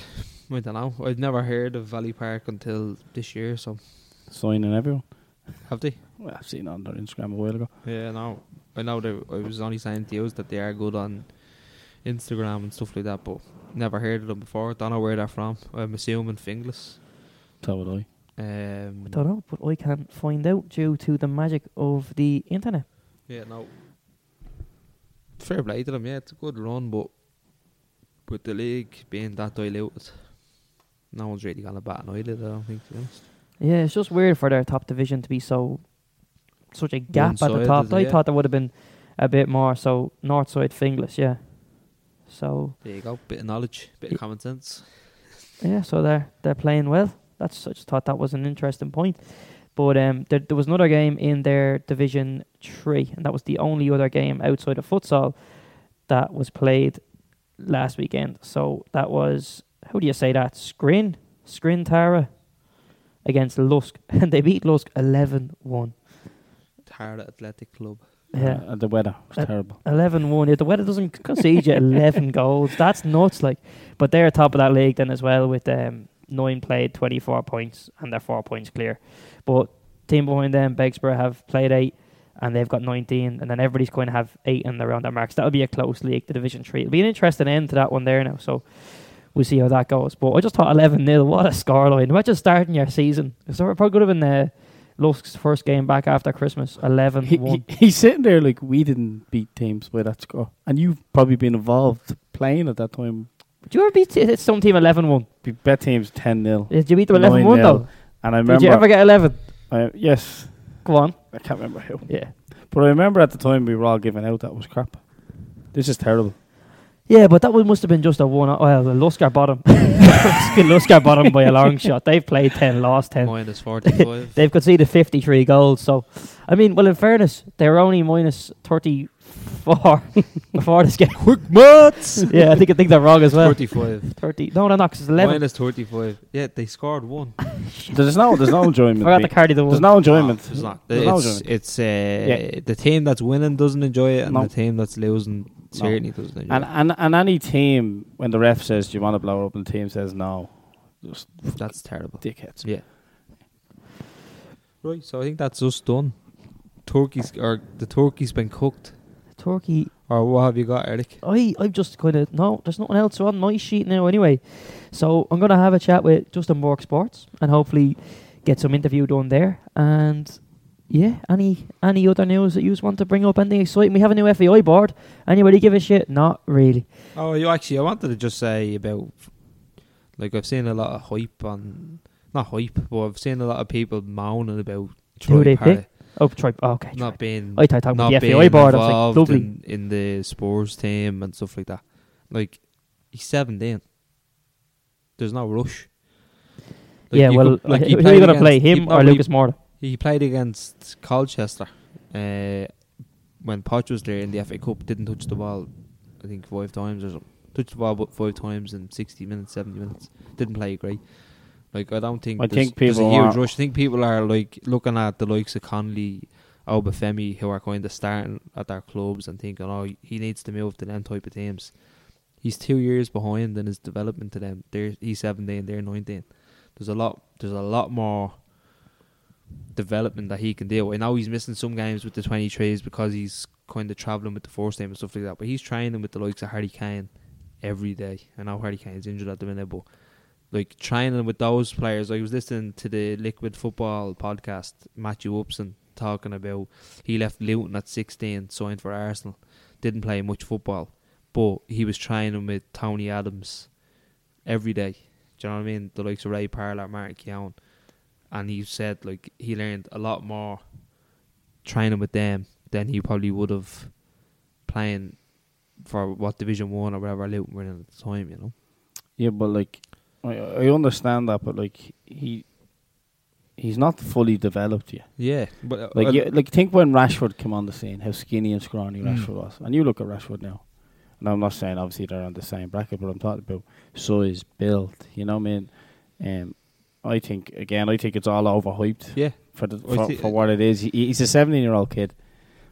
Speaker 2: I don't know. I'd never heard of Valley Park until this year, so
Speaker 3: Signing everyone.
Speaker 2: have they?
Speaker 3: Well, I've seen it on their Instagram a while ago.
Speaker 2: Yeah, no. I know they, I was only saying to you that they are good on Instagram and stuff like that, but never heard of them before. Don't know where they're from. I'm assuming Finglas.
Speaker 3: So would I.
Speaker 2: Um,
Speaker 1: Don't know, but I can't find out due to the magic of the internet.
Speaker 2: Yeah, no. Fair play to them, yeah, it's a good run, but with the league being that diluted, no one's really gonna bat an eyelid, I don't think, to be honest.
Speaker 1: Yeah, it's just weird for their top division to be so such a gap at the
Speaker 2: One-sided,
Speaker 1: top. I
Speaker 2: yeah.
Speaker 1: thought there would have been a bit more. So north side Finglas, yeah. So
Speaker 2: There you go, bit of knowledge, bit of common sense.
Speaker 1: yeah, so they're they're playing well. That's I just thought that was an interesting point. But um, there, there was another game in their division three, and that was the only other game outside of futsal that was played last weekend. So that was how do you say that? Scrin Scrin Tara against Lusk, and they beat Lusk 11-1.
Speaker 2: Tara Athletic Club.
Speaker 1: Yeah.
Speaker 3: Uh, and the weather was
Speaker 1: Uh,
Speaker 3: terrible.
Speaker 1: 11 1. If the weather doesn't concede you 11 goals, that's nuts. Like, But they're top of that league then as well with um, 9 played, 24 points, and they're 4 points clear. But team behind them, Begsborough, have played 8, and they've got 19, and then everybody's going to have 8 and around their marks. That'll be a close league, the Division 3. It'll be an interesting end to that one there now. So we'll see how that goes. But I just thought 11 nil. what a scoreline. Imagine starting your season. So it probably could have been uh, Lusk's first game back after Christmas, 11
Speaker 3: He,
Speaker 1: 1.
Speaker 3: he, he's sitting there like we didn't beat teams by that score, and you've probably been involved playing at that time.
Speaker 1: Do you ever beat t- some team 11 1?
Speaker 3: We bet teams ten 0
Speaker 1: Did you beat them 11 1
Speaker 3: 9-0.
Speaker 1: though?
Speaker 3: and I
Speaker 1: Did you ever
Speaker 3: remember.
Speaker 1: get 11?
Speaker 3: I, yes,
Speaker 1: Go on.
Speaker 3: I can't remember who,
Speaker 1: Yeah.
Speaker 3: but I remember at the time we were all giving out that was crap. This is terrible.
Speaker 1: Yeah, but that one must have been just a one. oh, Well, the Luskar bottom. Luskar bottom by a long shot. They've played 10, lost 10.
Speaker 2: Minus 45.
Speaker 1: They've conceded 53 goals. So, I mean, well, in fairness, they were only minus 34 before this game.
Speaker 2: Quick mats!
Speaker 1: yeah, I think I think they're wrong as well.
Speaker 2: 35.
Speaker 1: 30. No, no, no, 'cause it's 11.
Speaker 2: Minus 35. Yeah, they scored one.
Speaker 3: There's no, there's no enjoyment.
Speaker 1: Forgot to
Speaker 3: Pete.
Speaker 1: carry the
Speaker 3: there's
Speaker 1: one.
Speaker 3: no enjoyment.
Speaker 2: It's not.
Speaker 3: There's no
Speaker 2: it's
Speaker 3: enjoyment.
Speaker 2: it's uh, the team that's winning doesn't enjoy it, and
Speaker 3: No.
Speaker 2: the team that's losing certainly doesn't enjoy
Speaker 3: And, and and any team when the ref says do you want to blow up and the team says no, just
Speaker 2: it. That's terrible.
Speaker 3: dickheads.
Speaker 2: Yeah. Right, so I think that's us done. Turkey's or the turkey's been cooked,
Speaker 1: Turkey
Speaker 2: or what have you got, Eric?
Speaker 1: I, I'm just kind of, no, there's nothing else on my sheet now anyway. So I'm going to have a chat with Justin Bork Sports and hopefully get some interview done there. And yeah, any any other news that you want to bring up? Anything exciting? We have a new FEI board. Anybody give a shit? Not really.
Speaker 2: Oh, you actually, I wanted to just say about like I've seen a lot of hype on not hype, but I've seen a lot of people moaning about Troy
Speaker 1: they
Speaker 2: Parrott
Speaker 1: pick? Oh, try, oh okay. Troy.
Speaker 2: not being
Speaker 1: I thought talking about
Speaker 2: not
Speaker 1: the
Speaker 2: being
Speaker 1: FEI board. I was
Speaker 2: involved
Speaker 1: like, lovely.
Speaker 2: in, in the sports team and stuff like that. Like he's seventeen. There's no rush. Like,
Speaker 1: yeah,
Speaker 2: you
Speaker 1: well,
Speaker 2: could- like,
Speaker 1: who are you going to
Speaker 2: against-
Speaker 1: play,
Speaker 2: you-
Speaker 1: him
Speaker 2: no,
Speaker 1: or
Speaker 2: but you-
Speaker 1: Lucas Morta?
Speaker 2: He played against Colchester uh, when Poch was there in the FA Cup. Didn't touch the ball, I think five times or something. Touched the ball about five times in sixty minutes, seventy minutes. Didn't play great. Like I don't think
Speaker 3: I
Speaker 2: there's,
Speaker 3: think
Speaker 2: there's a
Speaker 3: people
Speaker 2: huge
Speaker 3: are-
Speaker 2: rush. I think people are like looking at the likes of Conley, Obafemi, who are kind of starting at their clubs and thinking, oh, he needs to move to them type of teams. He's two years behind in his development to them. They're, he's seventeen, they're nineteen. There's a lot. There's a lot more development that he can do. I know he's missing some games with the 23s because he's kind of travelling with the first team and stuff like that, but he's training with the likes of Harry Kane every day. I know Harry Kane's injured at the minute, but like training with those players. I was listening to the Liquid Football podcast, Matthew Upson talking about he left Luton at 16, signed for Arsenal, didn't play much football, but he was training with Tony Adams every day. Do you know what I mean? The likes of Ray Parlour, Martin Keown and he said like he learned a lot more training with them than he probably would have playing for what division one or whatever Luton were in at the time, you know.
Speaker 3: Yeah, but like, I, I understand that, but like he, he's not fully developed yet.
Speaker 2: Yeah, but uh,
Speaker 3: Like, you, like think when Rashford came on the scene, how skinny and scrawny
Speaker 2: Mm.
Speaker 3: Rashford was, and you look at Rashford now. And I'm not saying obviously they're on the same bracket, but I'm talking about size, build. You know what I mean? Um, I think again, I think it's all overhyped
Speaker 2: yeah,
Speaker 3: for the,
Speaker 2: I
Speaker 3: for,
Speaker 2: thi-
Speaker 3: for what it is. He, he's a 17 year old kid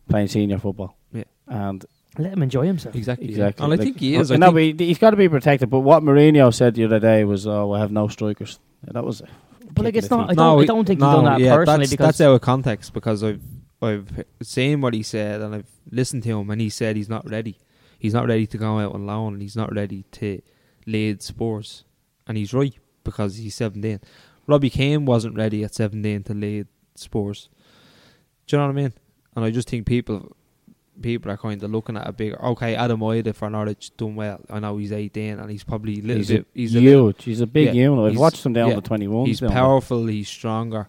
Speaker 3: playing senior football.
Speaker 2: Yeah.
Speaker 3: and
Speaker 1: Let him enjoy himself.
Speaker 2: exactly,
Speaker 3: exactly.
Speaker 2: And I
Speaker 3: like- uh,
Speaker 2: think he is. I
Speaker 3: no,
Speaker 2: think,
Speaker 3: but he, he's got to be protected. But what Mourinho said the other day was, "Oh, we have no strikers." Yeah, that was it.
Speaker 1: But like,
Speaker 3: Kicking
Speaker 1: it's
Speaker 3: the
Speaker 1: not. I
Speaker 3: feet.
Speaker 1: don't. I don't think he's done that
Speaker 2: yeah,
Speaker 1: personally
Speaker 2: that's,
Speaker 1: because
Speaker 2: that's out of context because I've I've seen what he said and I've listened to him and he said he's not ready. He's not ready to go out on loan and he's not ready to lead Spurs. And he's right because he's 17. Robbie Kane wasn't ready at 17 to lead Spurs. Do you know what I mean? And I just think people people are kind of looking at a bigger. Okay, Adam Oida for Norwich done well. I know he's 18 and he's probably a little
Speaker 3: He's
Speaker 2: bit.
Speaker 3: a
Speaker 2: he's a
Speaker 3: huge.
Speaker 2: little
Speaker 3: he's a big
Speaker 2: yeah,
Speaker 3: unit. I've
Speaker 2: he's-
Speaker 3: watched him down
Speaker 2: yeah,
Speaker 3: to 21.
Speaker 2: He's powerful. He's stronger.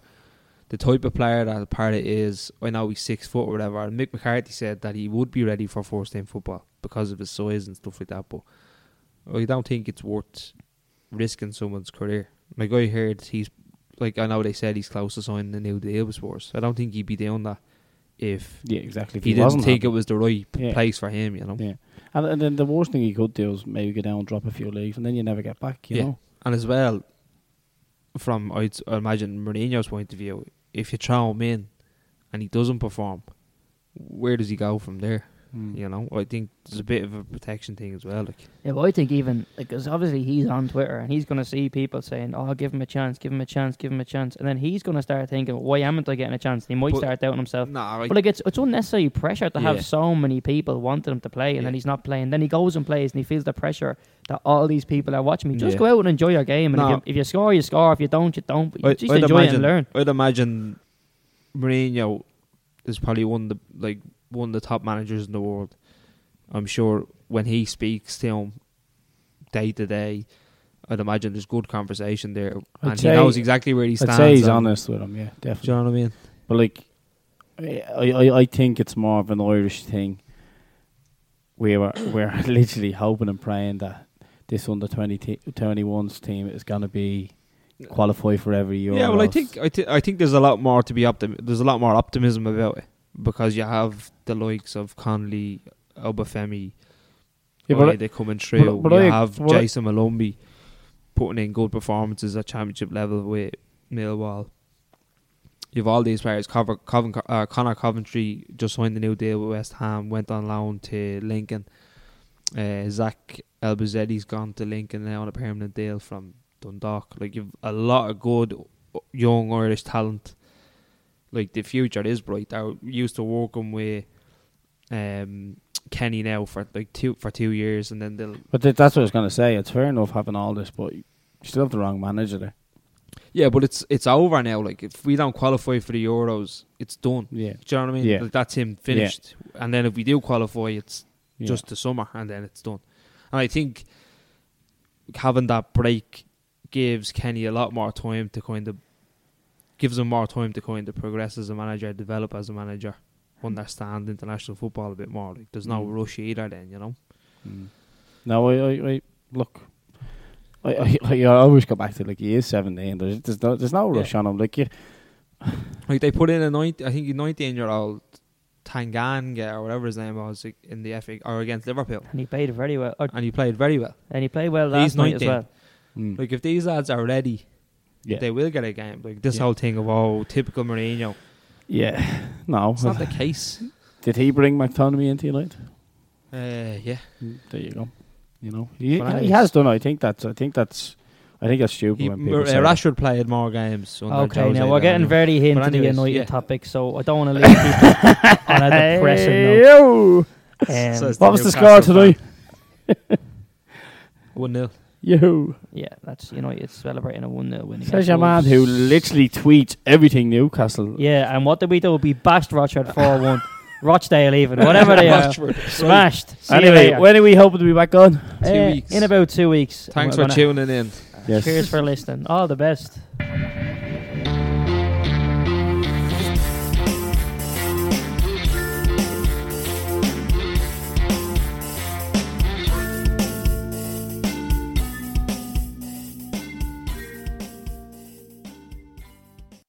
Speaker 2: The type of player that Party is, I know he's six foot or whatever. And Mick McCarthy said that he would be ready for first team football because of his size and stuff like that. But I don't think it's worth risking someone's career. Like I heard, he's like I know they said he's close to signing a new deal with Spurs. I don't think he'd be doing that if
Speaker 3: Yeah, exactly. If
Speaker 2: he,
Speaker 3: he,
Speaker 2: didn't
Speaker 3: wasn't
Speaker 2: think
Speaker 3: happy.
Speaker 2: it was the right p-
Speaker 3: Yeah.
Speaker 2: place for him. You know,
Speaker 3: Yeah. And, and then the worst thing he could do is maybe go down, drop a few leagues, and then you never get back. You
Speaker 2: Yeah.
Speaker 3: know.
Speaker 2: and as well, from I'd I imagine Mourinho's point of view, if you throw him in and he doesn't perform, where does he go from there?
Speaker 3: Hmm.
Speaker 2: You know, I think there's a bit of a protection thing as well. Like,
Speaker 1: Yeah, but I think even because obviously he's on Twitter and he's going to see people saying, "Oh, give him a chance, give him a chance, give him a chance," and then he's going to start thinking, "Why haven't I getting a chance?" And he might
Speaker 2: But-
Speaker 1: start doubting himself.
Speaker 2: nah, I,
Speaker 1: But like, it's it's unnecessary pressure to
Speaker 2: Yeah.
Speaker 1: have so many people wanting him to play, and then
Speaker 2: Yeah.
Speaker 1: he's not playing. Then he goes and plays, and he feels the pressure that all these people are watching me. Just
Speaker 2: Yeah.
Speaker 1: go out and enjoy your game, and
Speaker 2: No.
Speaker 1: if, you, if you score, you score. If you don't, you don't. But you
Speaker 2: I-
Speaker 1: just enjoy it
Speaker 2: imagine,
Speaker 1: and learn.
Speaker 2: I'd imagine Mourinho is probably one of the like one of the top managers in the world. I'm sure when he speaks to him day to day, I'd imagine there's good conversation there,
Speaker 3: I'd
Speaker 2: and he
Speaker 3: say-
Speaker 2: knows exactly where he
Speaker 3: I'd
Speaker 2: stands.
Speaker 3: say he's
Speaker 2: and-
Speaker 3: honest with him. Yeah, definitely.
Speaker 2: Do you know what I mean?
Speaker 3: But like, I, I, I think it's more of an Irish thing. We were we're literally hoping and praying that this under 20 t- 21s team is going to be qualify for every year.
Speaker 2: Yeah, well, I think I, th- I think there's a lot more to be optim- There's a lot more optimism about it because you have the likes of Conley, Obafemi, yeah,
Speaker 3: Yeah, but I-
Speaker 2: they coming through.
Speaker 3: but I-
Speaker 2: you have
Speaker 3: but I-
Speaker 2: Jason Malumbi putting in good performances at championship level with Millwall. You've all these players. Cover, Coven, uh, Connor Coventry just signed a new deal with West Ham. Went on loan to Lincoln. Uh, Zach Elbazetti's gone to Lincoln now on a permanent deal from Dundalk. Like you've a lot of good young Irish talent. Like the future is bright. I used to working with um, Kenny now for like two for two years, and then they'll
Speaker 3: But th- that's what I was going to say. It's fair enough having all this, but you still have the wrong manager there.
Speaker 2: yeah. But it's it's over now. Like if we don't qualify for the Euros, it's done.
Speaker 3: Yeah.
Speaker 2: Do you know what I mean?
Speaker 3: Yeah.
Speaker 2: Like that's him finished. And then if we do qualify, it's
Speaker 3: yeah.
Speaker 2: just the summer, and then it's done. And I think having that break gives Kenny a lot more time to kind of gives him more time to kind of progress as a manager, develop as a manager, understand international football a bit more. Like there's no
Speaker 3: Mm.
Speaker 2: rush either. Then you know.
Speaker 3: Mm. No, I, I, I look. I, I, I always go back to like he is seventeen. There's, there's no, there's no rush on him. Like you,
Speaker 2: Like they put in a 19, I think a 19 year old Tanganga or whatever his name was like, in the FA or against Liverpool,
Speaker 1: and he played very well. Or,
Speaker 2: and he played very well.
Speaker 1: and he played well last
Speaker 2: He's
Speaker 1: night as
Speaker 2: 19.
Speaker 1: well.
Speaker 3: Mm.
Speaker 2: Like if these lads are ready,
Speaker 3: yeah.
Speaker 2: they will get a game. Like this
Speaker 3: Yeah.
Speaker 2: whole thing of oh, typical Mourinho.
Speaker 3: yeah. No.
Speaker 2: It's not the case.
Speaker 3: Did he bring McTominay into United?
Speaker 2: Uh, yeah,
Speaker 3: There you go. You know, he,
Speaker 2: But
Speaker 3: he
Speaker 2: I-
Speaker 3: has done. it. I think that's. I think that's. I think that's stupid
Speaker 2: he,
Speaker 3: when
Speaker 2: M-
Speaker 3: people
Speaker 2: uh,
Speaker 3: say. that.
Speaker 2: Rashford played more games. under
Speaker 1: Okay,
Speaker 2: Jose
Speaker 1: now we're getting
Speaker 2: Mourinho.
Speaker 1: very into the
Speaker 2: anyways,
Speaker 1: United
Speaker 2: yeah.
Speaker 1: topic, so I don't want to leave people on a depressing note.
Speaker 3: Yo!
Speaker 1: Um,
Speaker 2: Says
Speaker 3: What was the
Speaker 2: Newcastle
Speaker 3: score today?
Speaker 2: One 0
Speaker 3: Yo!
Speaker 1: yeah, that's United celebrating a 1 0 win.
Speaker 3: Says
Speaker 1: against
Speaker 3: your man
Speaker 1: Wolves.
Speaker 3: who literally tweets everything Newcastle.
Speaker 1: Yeah, and what did we do? We bashed Rochford 4 1. Rochdale, even. Whatever they are. Smashed. See you
Speaker 3: Anyway,
Speaker 1: later.
Speaker 3: when are we hoping to be back on?
Speaker 2: Two
Speaker 1: Uh,
Speaker 2: weeks.
Speaker 1: In about two weeks.
Speaker 2: Thanks
Speaker 1: We're
Speaker 2: for
Speaker 1: gonna-
Speaker 2: tuning in.
Speaker 3: Yes.
Speaker 1: Cheers for listening. All the best.